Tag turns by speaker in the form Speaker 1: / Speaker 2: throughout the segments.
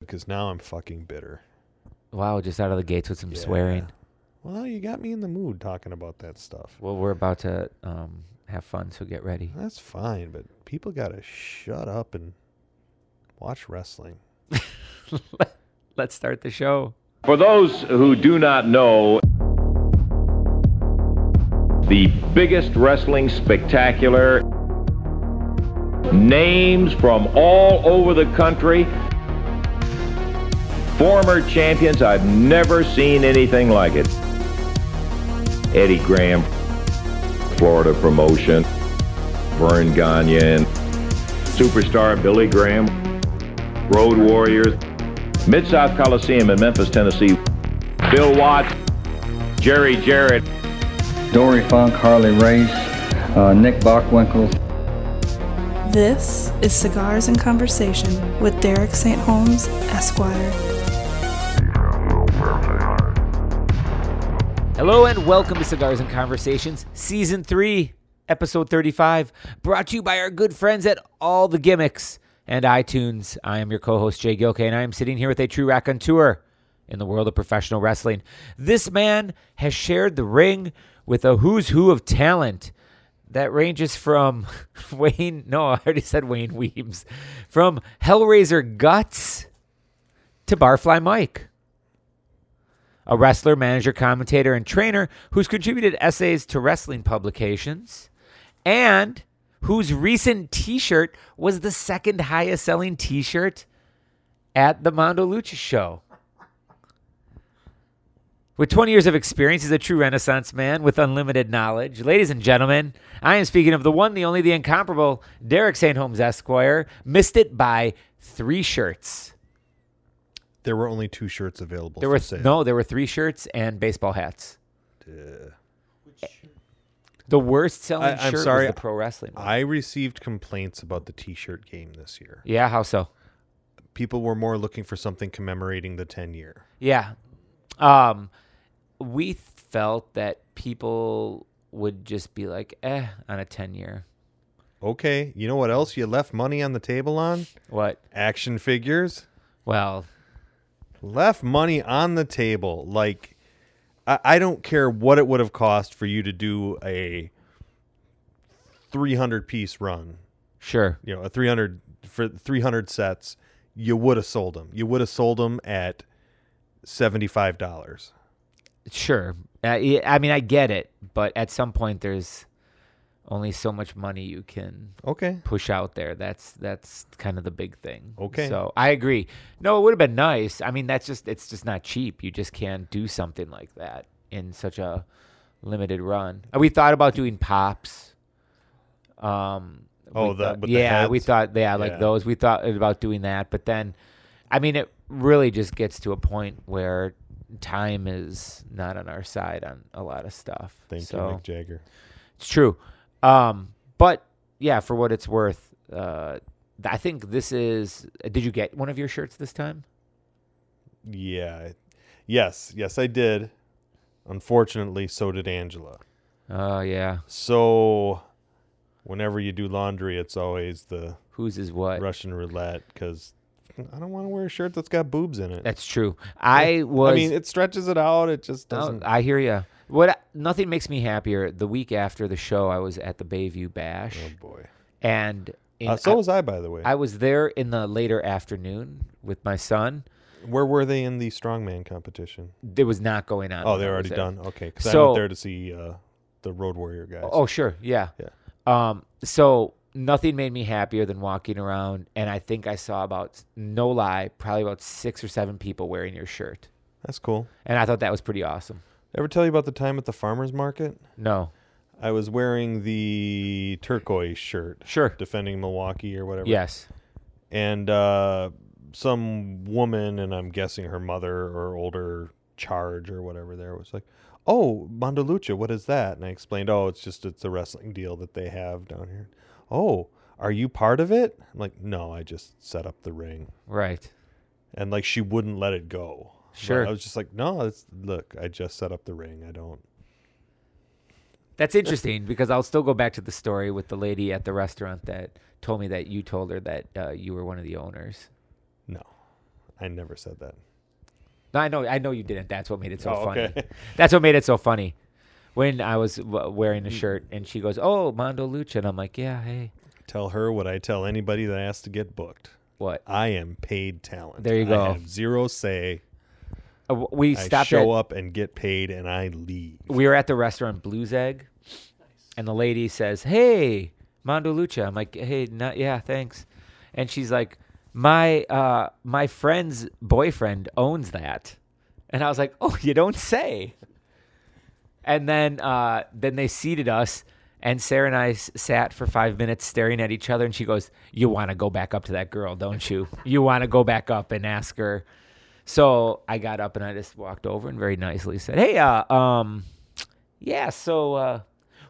Speaker 1: because now I'm fucking bitter.
Speaker 2: Wow, just out of the gates with some
Speaker 1: Yeah.
Speaker 2: swearing.
Speaker 1: Well, you got me in the mood talking about that stuff.
Speaker 2: Well, we're about to um, have fun, so get ready.
Speaker 1: That's fine, but people gotta shut up and watch wrestling.
Speaker 2: Let's start the show.
Speaker 3: For those who do not know, the biggest wrestling spectacular, names from all over the country, former champions, I've never seen anything like it. Eddie Graham, Florida promotion, Vern Gagne, superstar Billy Graham, Road Warriors, Mid South Coliseum in Memphis, Tennessee. Bill Watts, Jerry Jarrett,
Speaker 4: Dory Funk, Harley Race, uh, Nick Bockwinkel,
Speaker 5: This is Cigars and Conversation with Derek St. Holmes, Esquire.
Speaker 2: Hello and welcome to Cigars and Conversations, Season 3, Episode 35, brought to you by our good friends at All the Gimmicks and iTunes. I am your co host, Jay Gilkey, and I am sitting here with a true raconteur in the world of professional wrestling. This man has shared the ring with a who's who of talent that ranges from Wayne, no, I already said Wayne Weems, from Hellraiser Guts to Barfly Mike a wrestler, manager, commentator, and trainer who's contributed essays to wrestling publications and whose recent t shirt was the second highest selling t shirt at the Mondo Lucha show. With 20 years of experience, he's a true renaissance man with unlimited knowledge. Ladies and gentlemen, I am speaking of the one, the only, the incomparable Derek St. Holmes Esquire. Missed it by three shirts.
Speaker 1: There were only two shirts available.
Speaker 2: There
Speaker 1: for
Speaker 2: were
Speaker 1: sale.
Speaker 2: no, there were three shirts and baseball hats. The worst selling
Speaker 1: I- I'm
Speaker 2: shirt
Speaker 1: sorry,
Speaker 2: was the pro wrestling. one.
Speaker 1: I received complaints about the T-shirt game this year.
Speaker 2: yeah, how so?
Speaker 1: People were more looking for something commemorating the 10 year.
Speaker 2: Yeah, um, we felt that people would just be like, eh, on a ten year.
Speaker 1: Okay, you know what else you left money on the table on?
Speaker 2: What?
Speaker 1: Action figures.
Speaker 2: Well,
Speaker 1: left money on the table. Like, I, I don't care what it would have cost for you to do a 300 piece run,
Speaker 2: sure.
Speaker 1: you know, a 300 for 300 sets. You would have sold them. You would have sold them at $75.
Speaker 2: Sure. Uh, yeah, I mean, I get it, but at some point, there's only so much money you can
Speaker 1: Okay.
Speaker 2: push out there. That's that's kind of the big thing.
Speaker 1: Okay.
Speaker 2: So I agree. No, it would have been nice. I mean, that's just it's just not cheap. You just can't do something like that in such a limited run. Uh, We thought about doing pops. Um.
Speaker 1: Oh,
Speaker 2: we
Speaker 1: the-
Speaker 2: thought-
Speaker 1: with the
Speaker 2: yeah. we
Speaker 1: heads?
Speaker 2: thought yeah,
Speaker 1: Yeah.
Speaker 2: like those. We thought about doing that, but then, I mean, it really just gets to a point where time is not on our side on a lot of stuff.
Speaker 1: Thank
Speaker 2: So-
Speaker 1: you, Mick Jagger.
Speaker 2: it's true. Um, but yeah, for what it's worth, uh, th- I think this is. uh, Did you get one of your shirts this time?
Speaker 1: Yeah. I- Yes. Yes, I did. Unfortunately, so did Angela.
Speaker 2: Oh yeah.
Speaker 1: So, whenever you do laundry, it's always the
Speaker 2: Whose is what?
Speaker 1: Russian roulette because I don't want to wear a shirt that's got boobs in it.
Speaker 2: That's true. I was.
Speaker 1: I mean, it stretches it out. It just
Speaker 2: No,
Speaker 1: doesn't.
Speaker 2: I hear you. What? I- nothing makes me happier. The week after the show, I was at the Bayview Bash,
Speaker 1: oh boy.
Speaker 2: and in,
Speaker 1: Uh, so was I, by the way.
Speaker 2: I, I was there in the later afternoon with my son.
Speaker 1: Where were they in the strongman competition?
Speaker 2: It was not going on.
Speaker 1: Oh,
Speaker 2: when
Speaker 1: they're
Speaker 2: I
Speaker 1: already
Speaker 2: was there.
Speaker 1: done. Okay, because I
Speaker 2: So-
Speaker 1: went there to see uh, the Road Warrior guys.
Speaker 2: Oh, sure. Yeah.
Speaker 1: Yeah.
Speaker 2: Um, so nothing made me happier than walking around, and I think I saw about no lie, probably about six or seven people wearing your shirt,
Speaker 1: that's cool.
Speaker 2: and I thought that was pretty awesome.
Speaker 1: Ever tell you about the time at the farmers market?
Speaker 2: No,
Speaker 1: I was wearing the turquoise shirt,
Speaker 2: sure.
Speaker 1: defending Milwaukee or whatever.
Speaker 2: Yes.
Speaker 1: and uh, some woman, and I'm guessing her mother or older charge or whatever there was like, "Oh, Mondo Lucha, what is that?" And I explained, "Oh, it's just it's a wrestling deal that they have down here." Oh, are you part of it? I'm like, "No, I just set up the ring,"
Speaker 2: Right.
Speaker 1: and like she wouldn't let it go. But
Speaker 2: Sure.
Speaker 1: I was just like, "No, it's, look, I just set up the ring. I don't."
Speaker 2: That's interesting because I'll still go back to the story with the lady at the restaurant that told me that you told her that uh, you were one of the owners.
Speaker 1: No. I never said that.
Speaker 2: No, I know, I know you didn't. That's what made it so
Speaker 1: Oh,
Speaker 2: funny.
Speaker 1: okay.
Speaker 2: That's what made it so funny. When I was w- wearing
Speaker 1: Mm.
Speaker 2: a shirt and she goes, "Oh, Mondo Lucha," and I'm like, "Yeah, hey,
Speaker 1: Tell her what I tell anybody that asks to get booked.
Speaker 2: what?"
Speaker 1: I am paid talent.
Speaker 2: There you
Speaker 1: I
Speaker 2: go.
Speaker 1: have zero say.
Speaker 2: Uh, w- we
Speaker 1: I
Speaker 2: stopped. at-
Speaker 1: show up and get paid, and I leave.
Speaker 2: we were at the restaurant Blues Egg, and the lady says, "Hey, Mondo Lucha." I'm like, "Hey, not yeah, thanks." And she's like, "My uh, my friend's boyfriend owns that," and I was like, "Oh, you don't say." And then uh, then they seated us, and Sarah and I s- sat for five minutes staring at each other, and she goes, "You want to go back up to that girl, don't you? You want to go back up and ask her." So I got up and I just walked over and very nicely said, "Hey, uh, um, yeah, so uh,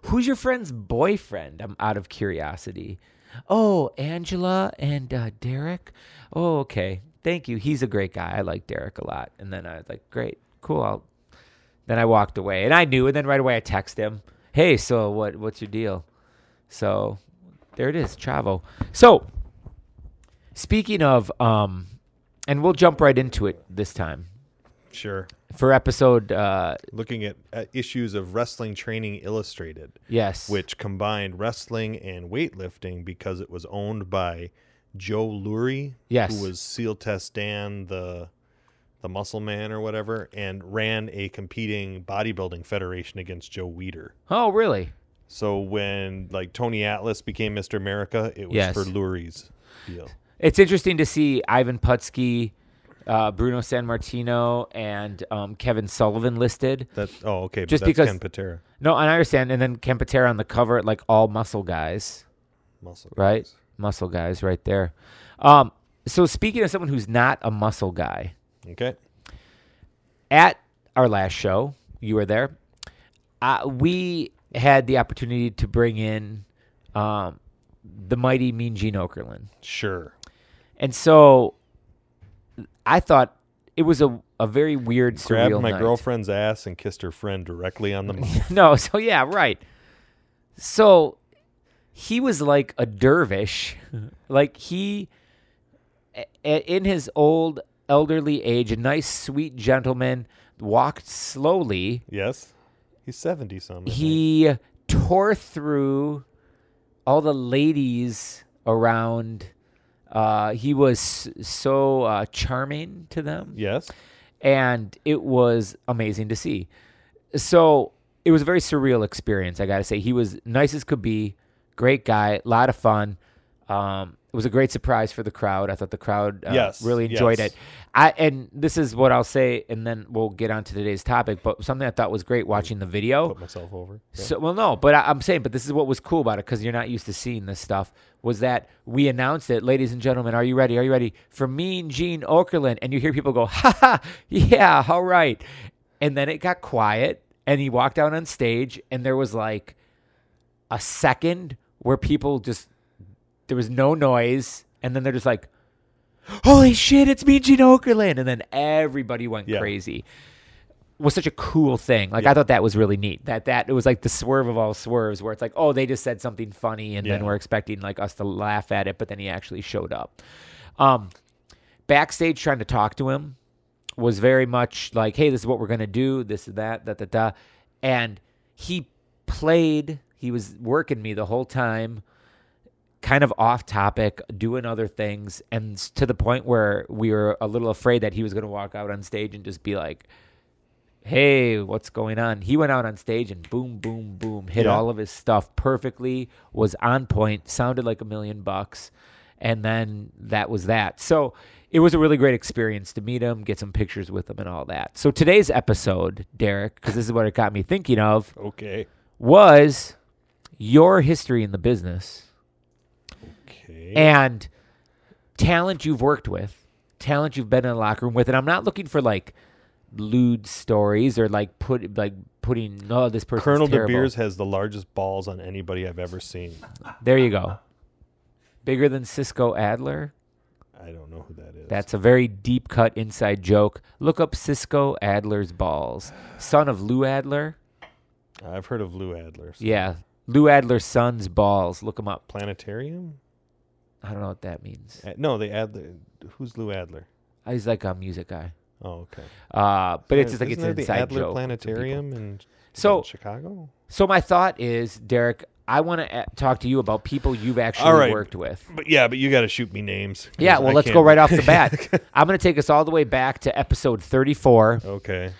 Speaker 2: who's your friend's boyfriend? I'm out of curiosity. Oh, Angela and uh, Derek. Oh, okay. Thank you. He's a great guy. I like Derek a lot. And then I was like, great, cool. I'll... Then I walked away, and I knew. And then right away I texted him, "Hey, so what? What's your deal?" So there it is, Chavo. So speaking of, um, and we'll jump right into it this time
Speaker 1: Sure.
Speaker 2: for episode. Uh,
Speaker 1: Looking at, at issues of Wrestling Training Illustrated,
Speaker 2: yes,
Speaker 1: which combined wrestling and weightlifting because it was owned by Joe Lurie,
Speaker 2: Yes.
Speaker 1: who was SEAL Test Dan, the the muscle man or whatever, and ran a competing bodybuilding federation against Joe Weider.
Speaker 2: Oh, really?
Speaker 1: So when like Tony Atlas became Mr. America, it was
Speaker 2: Yes.
Speaker 1: for Lurie's deal.
Speaker 2: It's interesting to see Ivan Putski, uh, Bruno San Martino, and um, Kevin Sullivan listed.
Speaker 1: That oh okay,
Speaker 2: Just
Speaker 1: but that's
Speaker 2: because-
Speaker 1: Ken Patera
Speaker 2: No, and I understand. And then Kempetera on the cover, like all muscle guys,
Speaker 1: muscle.
Speaker 2: right?
Speaker 1: guys.
Speaker 2: Muscle guys, right there. Um, so speaking of someone who's not a muscle guy,
Speaker 1: Okay.
Speaker 2: at our last show, you were there. Uh, we had the opportunity to bring in um, the mighty Mean Gene Okerlund.
Speaker 1: Sure.
Speaker 2: And so I thought it was a, a very weird, surreal
Speaker 1: Grabbed my
Speaker 2: night.
Speaker 1: girlfriend's ass and kissed her friend directly on the mouth.
Speaker 2: No, so yeah, right. So he was like a dervish. like he, a- a- in his old elderly age, a nice, sweet gentleman, walked slowly.
Speaker 1: yes. He's 70 something.
Speaker 2: He tore through all the ladies around. Uh, he was s- so uh, charming to them.
Speaker 1: Yes.
Speaker 2: and it was amazing to see. So it was a very surreal experience. I gotta say, he was nice as could be, great guy, a lot of fun. Um, it was a great surprise for the crowd. I thought the crowd uh,
Speaker 1: Yes,
Speaker 2: really enjoyed
Speaker 1: yes.
Speaker 2: it. I and this is what I'll say, and then we'll get on to today's topic. But something I thought was great watching the video.
Speaker 1: Put myself over. Yeah.
Speaker 2: So, well, no, but I, I'm saying, but this is what was cool about it because you're not used to seeing this stuff. Was that we announced it, ladies and gentlemen? Are you ready? Are you ready for Mean Gene Okerlund? And you hear people go, "Ha ha, yeah, all right." And then it got quiet, and he walked out on stage, and there was like a second where people just there was no noise, and then they're just like, "Holy shit, it's Mean Gene Okerlund!" And then everybody went
Speaker 1: Yeah.
Speaker 2: crazy was such a cool thing. Like I thought that was really neat. That that it was like the swerve of all swerves, where it's like, oh, they just said something funny, and then
Speaker 1: Yeah.
Speaker 2: we're expecting like us to laugh at it, but then he actually showed up. Um, backstage trying to talk to him was very much like, hey, this is what we're gonna do, this is that, da da da, and he played. He was working me the whole time kind of off topic, doing other things, and s- to the point where we were a little afraid that he was going to walk out on stage and just be like, "Hey, what's going on?" He went out on stage and boom, boom, boom, hit
Speaker 1: Yeah.
Speaker 2: all of his stuff perfectly, was on point, sounded like a million bucks, and then that was that. So. It was a really great experience to meet him, get some pictures with him, and all that. So today's episode, Derek, because this is what it got me thinking of,
Speaker 1: Okay.
Speaker 2: was your history in the business
Speaker 1: Okay.
Speaker 2: and talent you've worked with, talent you've been in the locker room with, and I'm not looking for like lewd stories or like put like putting oh this person.
Speaker 1: Colonel De
Speaker 2: terrible.
Speaker 1: Beers has the largest balls on anybody I've ever seen.
Speaker 2: There you go. Bigger than Cisco Adler.
Speaker 1: I don't know who that is.
Speaker 2: That's a very deep cut inside joke. Look up Cisco Adler's balls. Son of Lou Adler.
Speaker 1: I've heard of Lou Adler. so-
Speaker 2: Yeah. Lou Adler's son's balls. Look him up.
Speaker 1: Planetarium?
Speaker 2: I don't know what that means.
Speaker 1: Uh, No, the Adler. Who's Lou Adler?
Speaker 2: He's like a music guy.
Speaker 1: Oh, okay.
Speaker 2: Uh, but it's just like
Speaker 1: Isn't
Speaker 2: it's
Speaker 1: there
Speaker 2: an
Speaker 1: the
Speaker 2: inside
Speaker 1: Adler
Speaker 2: joke. for people.
Speaker 1: Planetarium in
Speaker 2: So-
Speaker 1: Chicago.
Speaker 2: So my thought is, Derek, I want to talk to you about people you've actually
Speaker 1: All right.
Speaker 2: worked with.
Speaker 1: But yeah, but you got to shoot me names. 'cause
Speaker 2: Yeah, well,
Speaker 1: I
Speaker 2: let's go
Speaker 1: can't-
Speaker 2: right off the bat. I'm going to take us all the way back to episode 34,
Speaker 1: Okay,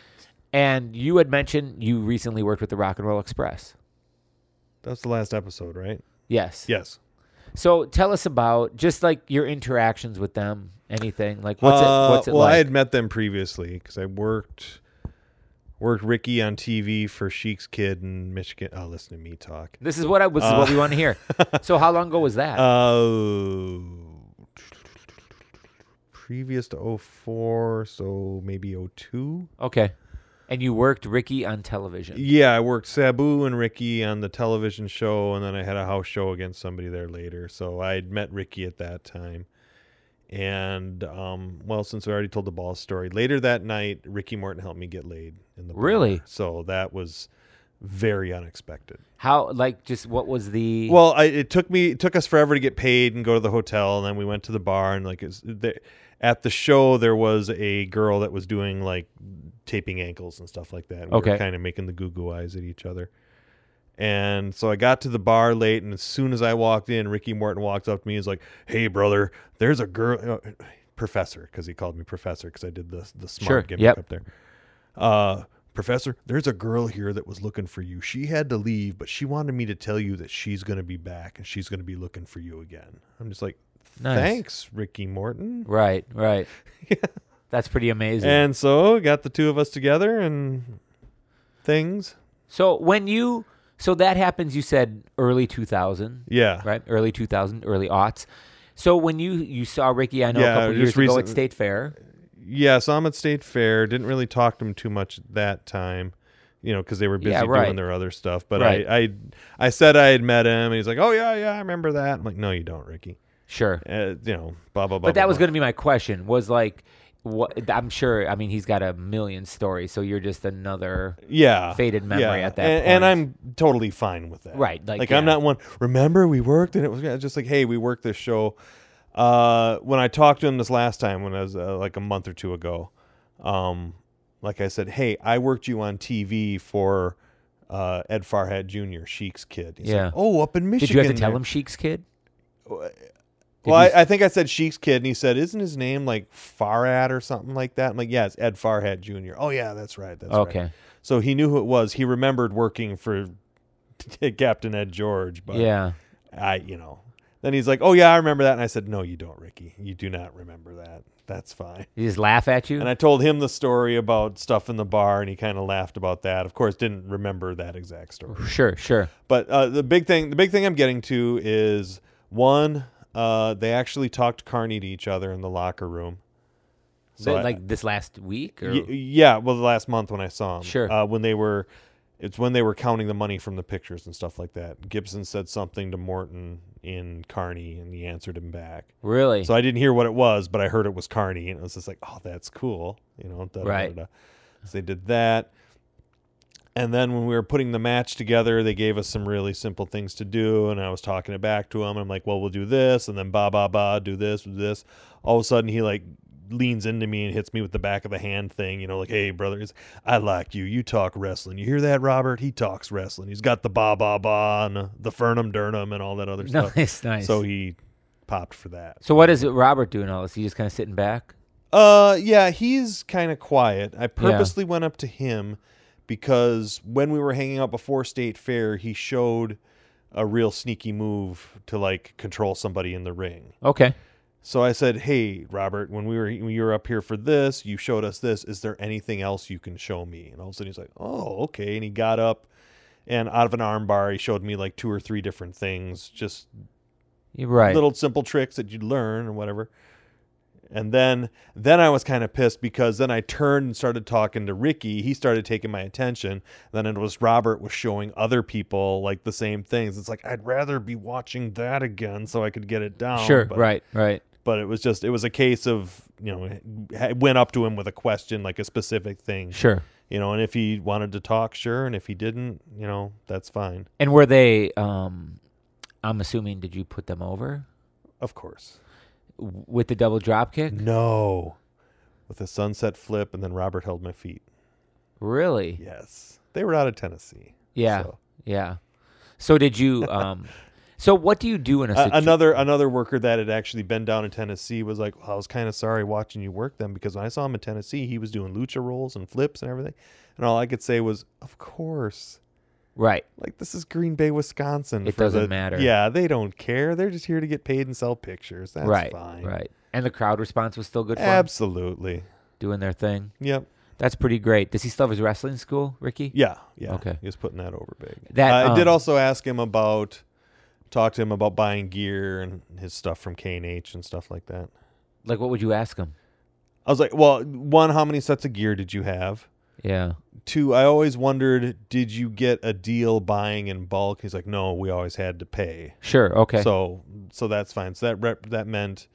Speaker 2: and you had mentioned you recently worked with the Rock and Roll Express.
Speaker 1: that's the last episode, right?
Speaker 2: Yes.
Speaker 1: Yes.
Speaker 2: So tell us about just like your interactions with them. Anything like what's
Speaker 1: Uh,
Speaker 2: it? What's it
Speaker 1: well,
Speaker 2: like?
Speaker 1: I had met them previously because I worked worked Ricky on TV for Sheik's Kid in Michigan. Oh, listen to me talk.
Speaker 2: this is what I. This is what we want to hear. So how long ago was that?
Speaker 1: Uh, previous to 04, so maybe 02.
Speaker 2: okay. And you worked Ricky on television.
Speaker 1: Yeah, I worked Sabu and Ricky on the television show, and then I had a house show against somebody there later. So I had met Ricky at that time. And, um, well, since I already told the ball story, later that night, Ricky Morton helped me get laid in the bar.
Speaker 2: Really?
Speaker 1: So that was very unexpected.
Speaker 2: How like just what was the?
Speaker 1: Well, I, it took me it took us forever to get paid and go to the hotel, and then we went to the bar and like it's, the, at the show there was a girl that was doing like taping ankles and stuff like that. And We
Speaker 2: Okay.
Speaker 1: were kind of making the goo goo eyes at each other. And so I got to the bar late, and as soon as I walked in, Ricky Morton walks up to me. He's like, "Hey, brother, there's a girl, uh, professor, because he called me professor because I did the the smart
Speaker 2: Sure,
Speaker 1: gimmick
Speaker 2: yep.
Speaker 1: up there." uh, Professor, there's a girl here that was looking for you. She had to leave, but she wanted me to tell you that she's going to be back and she's going to be looking for you again. I'm just like,
Speaker 2: Nice.
Speaker 1: thanks, Ricky Morton.
Speaker 2: Right. Right. That's pretty amazing.
Speaker 1: And so got the two of us together and things.
Speaker 2: So when you so that happens, you said early two thousand,
Speaker 1: Yeah.
Speaker 2: right? Early two thousand, early aughts. So when you you saw Ricky, I know
Speaker 1: Yeah,
Speaker 2: a couple
Speaker 1: just
Speaker 2: years ago at
Speaker 1: recently.
Speaker 2: State Fair.
Speaker 1: Yeah. So I'm at State Fair. Didn't really talk to him too much at that time, you know, because they were busy
Speaker 2: Yeah, right.
Speaker 1: doing their other stuff. But
Speaker 2: Right.
Speaker 1: I, I, I said I had met him and he's like, oh, yeah, yeah, I remember that. I'm like, no, you don't, Ricky.
Speaker 2: Sure,
Speaker 1: Uh, you know, blah, blah, blah.
Speaker 2: but that
Speaker 1: blah,
Speaker 2: was
Speaker 1: blah.
Speaker 2: going to be my question. Was like, what? I'm sure. I mean, he's got a million stories. So you're just another.
Speaker 1: yeah
Speaker 2: faded memory at that
Speaker 1: and, and
Speaker 2: point.
Speaker 1: i'm totally fine with that
Speaker 2: Right, like,
Speaker 1: like, i'm
Speaker 2: yeah.
Speaker 1: not one remember we worked and it was just like hey we worked this show uh when i talked to him this last time when i was uh, like a month or two ago um like i said hey i worked you on tv for uh ed farhat jr sheik's kid He's like,
Speaker 2: Yeah.
Speaker 1: oh up in michigan
Speaker 2: Did you have to tell
Speaker 1: there."
Speaker 2: him Sheik's kid? Did
Speaker 1: well
Speaker 2: you-
Speaker 1: I, I think i said sheik's kid and he said isn't his name like farhat or something like that i'm like yeah it's ed farhat jr oh yeah that's right that's right.
Speaker 2: okay.
Speaker 1: So he knew who it was. He remembered working for Captain Ed George, but
Speaker 2: Yeah.
Speaker 1: I, you know. Then he's like, "Oh yeah, I remember that." And I said, "No, you don't, Ricky. You do not remember that. That's fine."
Speaker 2: He just laugh at you.
Speaker 1: And I told him the story about stuff in the bar, and he kind of laughed about that. Of course, didn't remember that exact story.
Speaker 2: sure. Sure.
Speaker 1: But uh, the big thing, the big thing I'm getting to is one, uh, they actually talked Carney to each other in the locker room. So
Speaker 2: But,
Speaker 1: I-
Speaker 2: like this last week or
Speaker 1: Y- yeah, well, the last month when I saw him,
Speaker 2: Sure.
Speaker 1: uh, when they were, it's when they were counting the money from the pictures and stuff like that. Gibson said something to Morton in Carney, and he answered him back.
Speaker 2: really?
Speaker 1: So I didn't hear what it was, but I heard it was Carney, and it was just like, oh, that's cool, you know. Da, da,
Speaker 2: Right.
Speaker 1: da, da. So they did that, and then when we were putting the match together, they gave us some really simple things to do, and I was talking it back to him. I'm like, well, we'll do this, and then ba ba ba, do this, do this. All of a sudden, he like leans into me and hits me with the back of the hand thing, you know, like, hey, brother, it's- I like you. You talk wrestling. You hear that, Robert? He talks wrestling. He's got the ba ba ba and the Fernum Durnum and all that other stuff.
Speaker 2: nice. Nice.
Speaker 1: So
Speaker 2: So,
Speaker 1: he popped for that.
Speaker 2: what is it, Robert doing all this? He just kind of sitting back.
Speaker 1: Uh, yeah, he's kind of quiet. I purposely went up to him because when we were hanging out before State Fair, he showed a real sneaky move to like control somebody in the ring.
Speaker 2: Okay.
Speaker 1: So I said, "Hey, Robert, when we were when you were up here for this, you showed us this. Is there anything else you can show me?" And all of a sudden he's like, "Oh, okay." And he got up and out of an arm bar, he showed me like two or three different things, just
Speaker 2: You're right.
Speaker 1: little simple tricks that you'd learn or whatever. And then then I was kind of pissed because then I turned and started talking to Ricky. He started taking my attention. Then it was Robert was showing other people like the same things. It's like I'd rather be watching that again so I could get it down.
Speaker 2: sure.
Speaker 1: But-
Speaker 2: Right. Right.
Speaker 1: But it was just it was a case of you know I went up to him with a question like a specific thing.
Speaker 2: Sure.
Speaker 1: You know, and if he wanted to talk, sure, and if he didn't, you know, that's fine.
Speaker 2: And were they? Um, I'm assuming. Did you put them over
Speaker 1: Of course.
Speaker 2: w- with the double drop kick?
Speaker 1: No. with a sunset flip, and then Robert held my feet.
Speaker 2: Really?
Speaker 1: Yes, they were out of Tennessee.
Speaker 2: Yeah.
Speaker 1: So.
Speaker 2: Yeah. So did you um so what do you do in a
Speaker 1: A-
Speaker 2: situation?
Speaker 1: another another worker that had actually been down in Tennessee was like, I was kind of sorry watching you work them because when I saw him in Tennessee, he was doing lucha rolls and flips and everything, and all I could say was, of course.
Speaker 2: Right.
Speaker 1: Like this is Green Bay, Wisconsin.
Speaker 2: It
Speaker 1: for
Speaker 2: doesn't
Speaker 1: the-
Speaker 2: matter.
Speaker 1: Yeah, they don't care. They're just here to get paid and sell pictures. That's
Speaker 2: right.
Speaker 1: fine.
Speaker 2: Right. And the crowd response was still good for him,
Speaker 1: Absolutely.
Speaker 2: doing their thing.
Speaker 1: Yep.
Speaker 2: That's pretty great. Does he still have his wrestling school, Ricky?
Speaker 1: Yeah. Yeah.
Speaker 2: Okay.
Speaker 1: He was putting that over big.
Speaker 2: That,
Speaker 1: I did
Speaker 2: um,
Speaker 1: also ask him about, talk to him about buying gear and his stuff from K and H and stuff like that.
Speaker 2: Like what would you ask him?
Speaker 1: I was like, well, one, how many sets of gear did you have?
Speaker 2: Yeah.
Speaker 1: Two, I always wondered, did you get a deal buying in bulk? He's like, no, we always had to pay.
Speaker 2: Sure. Okay.
Speaker 1: So so that's fine. So that rep, that meant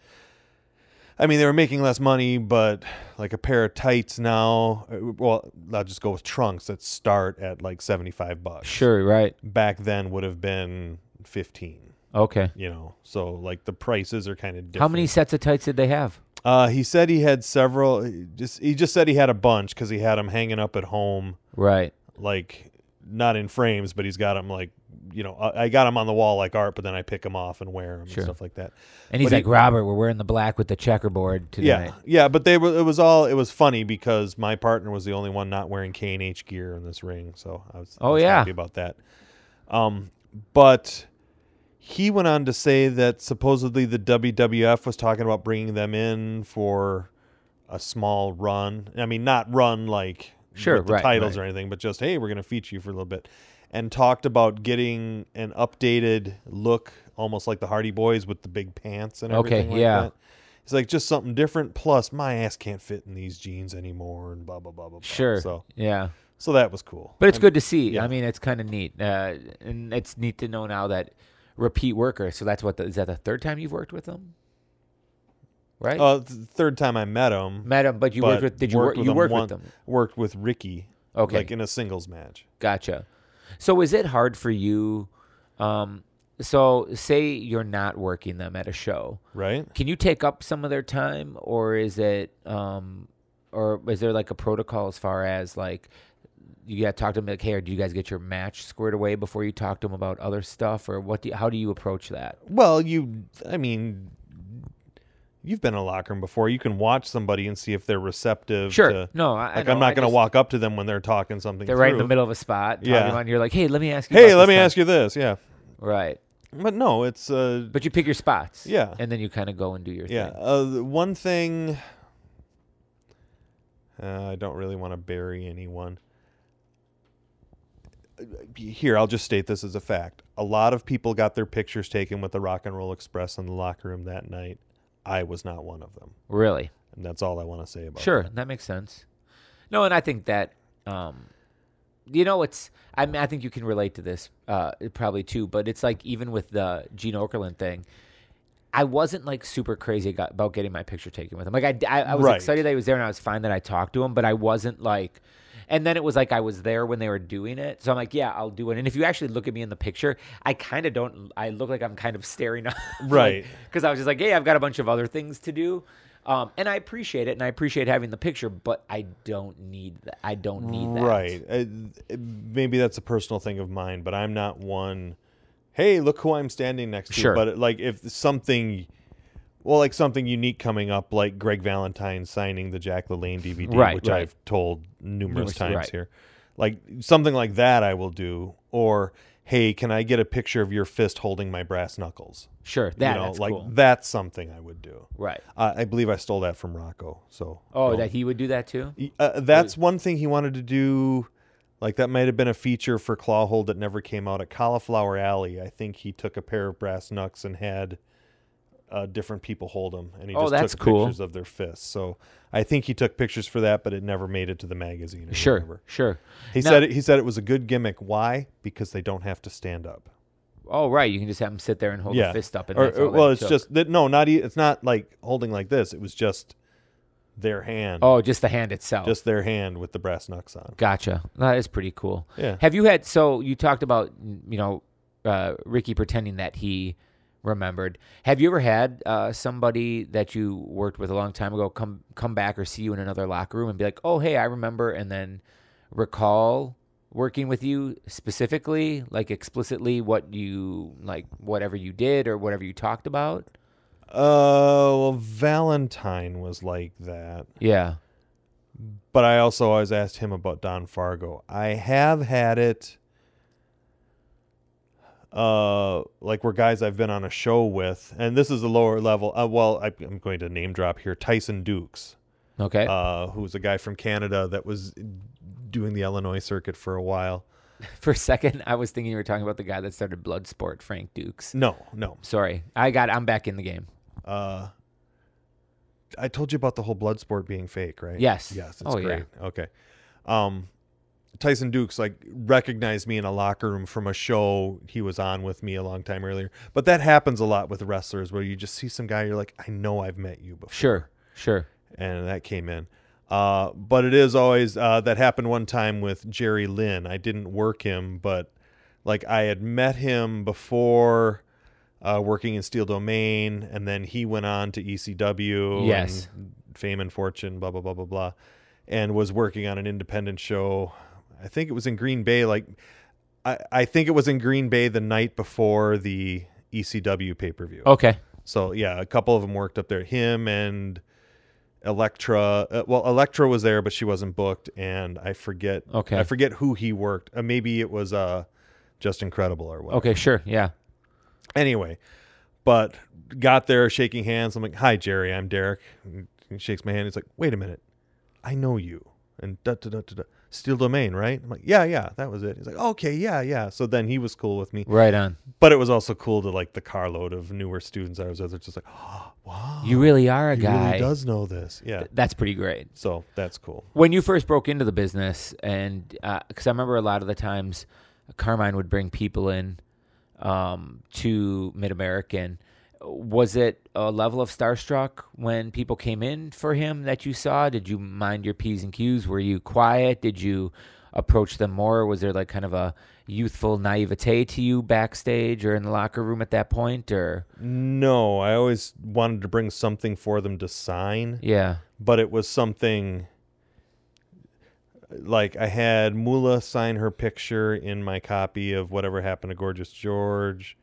Speaker 1: I mean they were making less money, but like a pair of tights now, uh, well, I'll just go with trunks that start at like 75 bucks.
Speaker 2: sure, right.
Speaker 1: Back then would have been 15,
Speaker 2: Okay.
Speaker 1: you know. So like the prices are kind of different.
Speaker 2: How many sets of tights did they have?
Speaker 1: Uh he said he had several he just he just said he had a bunch cuz he had them hanging up at home
Speaker 2: Right.
Speaker 1: like not in frames, but he's got them like you know, I I got them on the wall like art, but then I pick them off and wear them
Speaker 2: Sure.
Speaker 1: and stuff like that.
Speaker 2: And he's
Speaker 1: But he-
Speaker 2: like, Robert, we're wearing the black with the checkerboard tonight.
Speaker 1: Yeah, yeah, but they were. It was all. It was funny because my partner was the only one not wearing K and H gear in this ring, so I was. I
Speaker 2: Oh,
Speaker 1: was
Speaker 2: yeah.
Speaker 1: happy about that. Um, but he went on to say that supposedly the WWF was talking about bringing them in for a small run. I mean, not run like
Speaker 2: Sure,
Speaker 1: with the
Speaker 2: right,
Speaker 1: titles
Speaker 2: right.
Speaker 1: or anything, but just hey, we're going to feature you for a little bit, and talked about getting an updated look, almost like the Hardy Boys with the big pants and
Speaker 2: Okay,
Speaker 1: everything like
Speaker 2: yeah.
Speaker 1: that. It's like just something different. Plus, my ass can't fit in these jeans anymore, and blah blah blah blah. blah.
Speaker 2: Sure.
Speaker 1: So,
Speaker 2: Yeah.
Speaker 1: so that was cool.
Speaker 2: But it's good to see. I
Speaker 1: yeah.
Speaker 2: mean, it's kind of neat, uh, and it's neat to know now that repeat worker. So that's what the, is that the third time you've worked with them, right?
Speaker 1: Uh, th- third time I met him,
Speaker 2: Madam, but you worked
Speaker 1: but
Speaker 2: with did you work you
Speaker 1: him
Speaker 2: worked with
Speaker 1: once-
Speaker 2: them?
Speaker 1: Worked with Ricky.
Speaker 2: Okay.
Speaker 1: like in a singles match.
Speaker 2: Gotcha. So is it hard for you? Um, so say you're not working them at a show,
Speaker 1: Right?
Speaker 2: can you take up some of their time, or is it, um, or is there like a protocol as far as like you got to talk to them like, hey, or do you guys get your match squared away before you talk to them about other stuff, or what? Do you, how do you approach that?
Speaker 1: Well, you. I mean, you've been in a locker room before. You can watch somebody and see if they're receptive.
Speaker 2: Sure.
Speaker 1: To,
Speaker 2: no, I, I
Speaker 1: uh, like
Speaker 2: know.
Speaker 1: I'm not
Speaker 2: I
Speaker 1: going to
Speaker 2: just-
Speaker 1: walk up to them when they're talking something.
Speaker 2: They're right in the
Speaker 1: through.
Speaker 2: middle of a spot. talking
Speaker 1: Yeah.
Speaker 2: about- you're like, hey, let me ask you.
Speaker 1: Hey, let me ask you this. Yeah,
Speaker 2: Right.
Speaker 1: but no, it's uh,
Speaker 2: But you pick your spots.
Speaker 1: Yeah.
Speaker 2: And then you kind of go and do your
Speaker 1: Yeah.
Speaker 2: thing.
Speaker 1: Uh, the one thing uh, I don't really want to bury anyone. Uh, Here, I'll just state this as a fact. A lot of people got their pictures taken with the Rock and Roll Express in the locker room that night. I was not one of them.
Speaker 2: Really.
Speaker 1: And that's all I want to say about
Speaker 2: Sure. That makes sense. No, and I think that, um, you know, it's, I mean, I think you can relate to this uh, probably too, but it's like even with the Gene Okerlund thing, I wasn't like super crazy ag- about getting my picture taken with him. Like I, I, I was
Speaker 1: Right.
Speaker 2: excited that he was there, and I was fine that I talked to him, but I wasn't like. And then it was like I was there when they were doing it, so I'm like, yeah, I'll do it. And if you actually look at me in the picture, I kind of don't. I look like I'm kind of staring up,
Speaker 1: Right.
Speaker 2: Because I was just like, hey, I've got a bunch of other things to do. Um, and I appreciate it, and I appreciate having the picture, but I don't need that. I don't need that.
Speaker 1: Right. Uh, th- maybe that's a personal thing of mine, but I'm not one. Hey, look who I'm standing next to.
Speaker 2: Sure.
Speaker 1: But like, if something, well, like something unique coming up, like Greg Valentine signing the Jack LaLanne DVD,
Speaker 2: Right,
Speaker 1: which
Speaker 2: right.
Speaker 1: I've told numerous
Speaker 2: Numerous-
Speaker 1: times
Speaker 2: right.
Speaker 1: here, like something like that, I will do. Or hey, can I get a picture of your fist holding my brass knuckles?
Speaker 2: Sure.
Speaker 1: You
Speaker 2: That,
Speaker 1: know,
Speaker 2: that's
Speaker 1: like
Speaker 2: cool.
Speaker 1: that's something I would do.
Speaker 2: right.
Speaker 1: Uh, I believe I stole that from Rocco. So
Speaker 2: Oh,
Speaker 1: don't-
Speaker 2: that he would do that too.
Speaker 1: uh, that's one thing he wanted to do. Like that might have been a feature for Clawhold that never came out at Cauliflower Alley. I think he took a pair of brass knucks and had uh, different people hold them, and he
Speaker 2: Oh,
Speaker 1: just
Speaker 2: that's
Speaker 1: took
Speaker 2: cool.
Speaker 1: pictures of their fists. So I think he took pictures for that, but it never made it to the magazine. Or
Speaker 2: Sure.
Speaker 1: whatever.
Speaker 2: Sure.
Speaker 1: He
Speaker 2: Now-
Speaker 1: said it, he said it was a good gimmick. Why? Because they don't have to stand up.
Speaker 2: Oh, right. You can just have him sit there and hold a
Speaker 1: yeah.
Speaker 2: fist up. And
Speaker 1: Or-
Speaker 2: that's
Speaker 1: or-
Speaker 2: all
Speaker 1: well,
Speaker 2: that
Speaker 1: it's
Speaker 2: took.
Speaker 1: just that no, not e- it's not like holding like this. It was just their hand,
Speaker 2: Oh, just the hand itself.
Speaker 1: just their hand with the brass knucks on.
Speaker 2: gotcha. That is pretty cool.
Speaker 1: Yeah.
Speaker 2: Have you had? So you talked about you know uh, Ricky pretending that he remembered. Have you ever had uh, somebody that you worked with a long time ago come come back or see you in another locker room and be like, "Oh, hey, I remember," and then recall working with you specifically, like explicitly what you like, whatever you did or whatever you talked about?
Speaker 1: Uh, well, Valentine was like that,
Speaker 2: Yeah.
Speaker 1: but I also always asked him about Don Fargo. I have had it, uh, like where guys I've been on a show with, and this is the lower level. Uh, well, I, I'm going to name drop here Tyson Dukes,
Speaker 2: Okay.
Speaker 1: uh, who was a guy from Canada that was doing the Illinois circuit for a while.
Speaker 2: For a second, I was thinking you were talking about the guy that started Bloodsport, Frank Dukes.
Speaker 1: No, no,
Speaker 2: Sorry, I got. I'm back in the game.
Speaker 1: uh I told you about the whole blood sport being fake, right?
Speaker 2: Yes.
Speaker 1: Yes, it's
Speaker 2: Oh, yeah.
Speaker 1: great. Okay. Um Tyson Dukes like recognized me in a locker room from a show he was on with me a long time earlier. But that happens a lot with wrestlers where you just see some guy you're like, I know I've met you before
Speaker 2: Sure. Sure.
Speaker 1: and that came in. Uh, but it is always uh, that happened one time with Jerry Lynn. I didn't work him, but like I had met him before uh, working in Steel Domain, and then he went on to ECW,
Speaker 2: Yes.
Speaker 1: and Fame and Fortune, blah blah blah blah blah, and was working on an independent show. I think it was in Green Bay. Like I, I think it was in Green Bay the night before the E ECW pay per view.
Speaker 2: Okay.
Speaker 1: So yeah, a couple of them worked up there. Him and Electra. Uh, well, Electra was there, but she wasn't booked, and I forget.
Speaker 2: Okay.
Speaker 1: I forget who he worked. Uh, maybe it was uh, just incredible or what.
Speaker 2: Okay. Sure. Yeah.
Speaker 1: Anyway, but got there shaking hands. I'm like, "Hi, Jerry. I'm Derek." And He shakes my hand. He's like, "Wait a minute, I know you." And da da da da da. Steel Domain, right? I'm like, "Yeah, yeah, that was it." He's like, "Okay, yeah, yeah." So then he was cool with me,
Speaker 2: Right on.
Speaker 1: but it was also cool to like the carload of newer students I was with. They're just like, "Oh, wow."
Speaker 2: You really are a
Speaker 1: he
Speaker 2: guy.
Speaker 1: really does know this. Yeah.
Speaker 2: That's pretty great.
Speaker 1: So that's cool.
Speaker 2: When you first broke into the business, and because I remember a lot of the times Carmine would bring people in um, to Mid American, was it a level of starstruck when people came in for him that you saw? Did you mind your P's and Q's? Were you quiet? Did you approach them more? Was there like kind of a youthful naivete to you backstage or in the locker room at that point? Or,
Speaker 1: No, I always wanted to bring something for them to sign,
Speaker 2: yeah.
Speaker 1: but it was something like I had Mula sign her picture in my copy of Whatever Happened to Gorgeous George.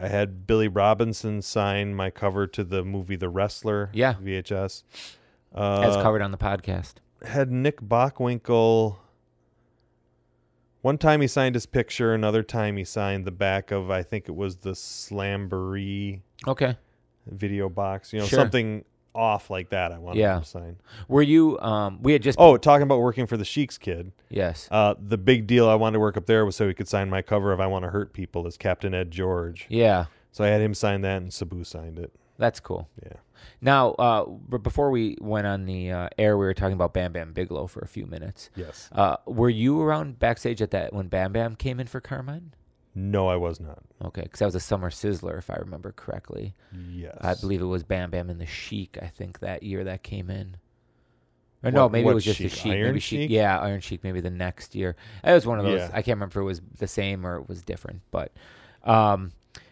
Speaker 1: I had Billy Robinson sign my cover to the movie The Wrestler,
Speaker 2: Yeah.
Speaker 1: VHS.
Speaker 2: As
Speaker 1: Uh,
Speaker 2: covered on the podcast.
Speaker 1: had Nick Bockwinkel. One time he signed his picture, another time he signed the back of I think it was the Slamboree
Speaker 2: Okay.
Speaker 1: video box, you know,
Speaker 2: Sure.
Speaker 1: something off like that. I wanted
Speaker 2: Yeah.
Speaker 1: him to sign.
Speaker 2: Were you, um, we had just,
Speaker 1: Oh, talking about working for the Sheik's kid.
Speaker 2: yes.
Speaker 1: Uh, the big deal I wanted to work up there was so he could sign my cover of "I Want to Hurt People" as Captain Ed George.
Speaker 2: Yeah.
Speaker 1: So I had him sign that, and Sabu signed it.
Speaker 2: That's cool.
Speaker 1: Yeah.
Speaker 2: Now, uh, b- before we went on the uh, air, we were talking about Bam Bam Bigelow for a few minutes.
Speaker 1: Yes.
Speaker 2: Uh, were you around backstage at that when Bam Bam came in for Carmine?
Speaker 1: No, I was not.
Speaker 2: Okay, because that was a summer sizzler, if I remember correctly.
Speaker 1: Yes.
Speaker 2: I believe it was Bam Bam and the Sheik. I think that year that came in. Or
Speaker 1: What-
Speaker 2: no, maybe it
Speaker 1: what
Speaker 2: was just the
Speaker 1: Sheik?
Speaker 2: Sheik.
Speaker 1: Iron
Speaker 2: maybe
Speaker 1: Sheik?
Speaker 2: Yeah, Iron Sheik. Maybe the next year. It was one of those.
Speaker 1: Yeah.
Speaker 2: I can't remember if it was the same or it was different, but, um,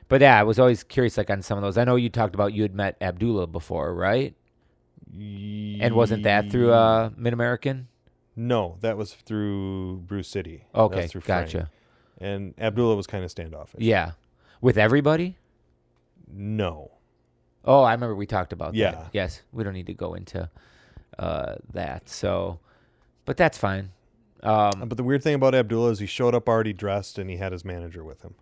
Speaker 2: but yeah, I was always curious like on some of those. I know you talked about you had met Abdullah before, right? And wasn't that through uh, Mid American?
Speaker 1: No, that was through Bruce City. That was
Speaker 2: Okay,
Speaker 1: through Frank.
Speaker 2: gotcha.
Speaker 1: And Abdullah was kind of standoffish.
Speaker 2: Yeah, with everybody.
Speaker 1: No.
Speaker 2: Oh, I remember we talked about
Speaker 1: Yeah.
Speaker 2: that. Yes, we don't need to go into uh, that. So, but that's fine. Um,
Speaker 1: But the weird thing about Abdullah is he showed up already dressed and he had his manager with him.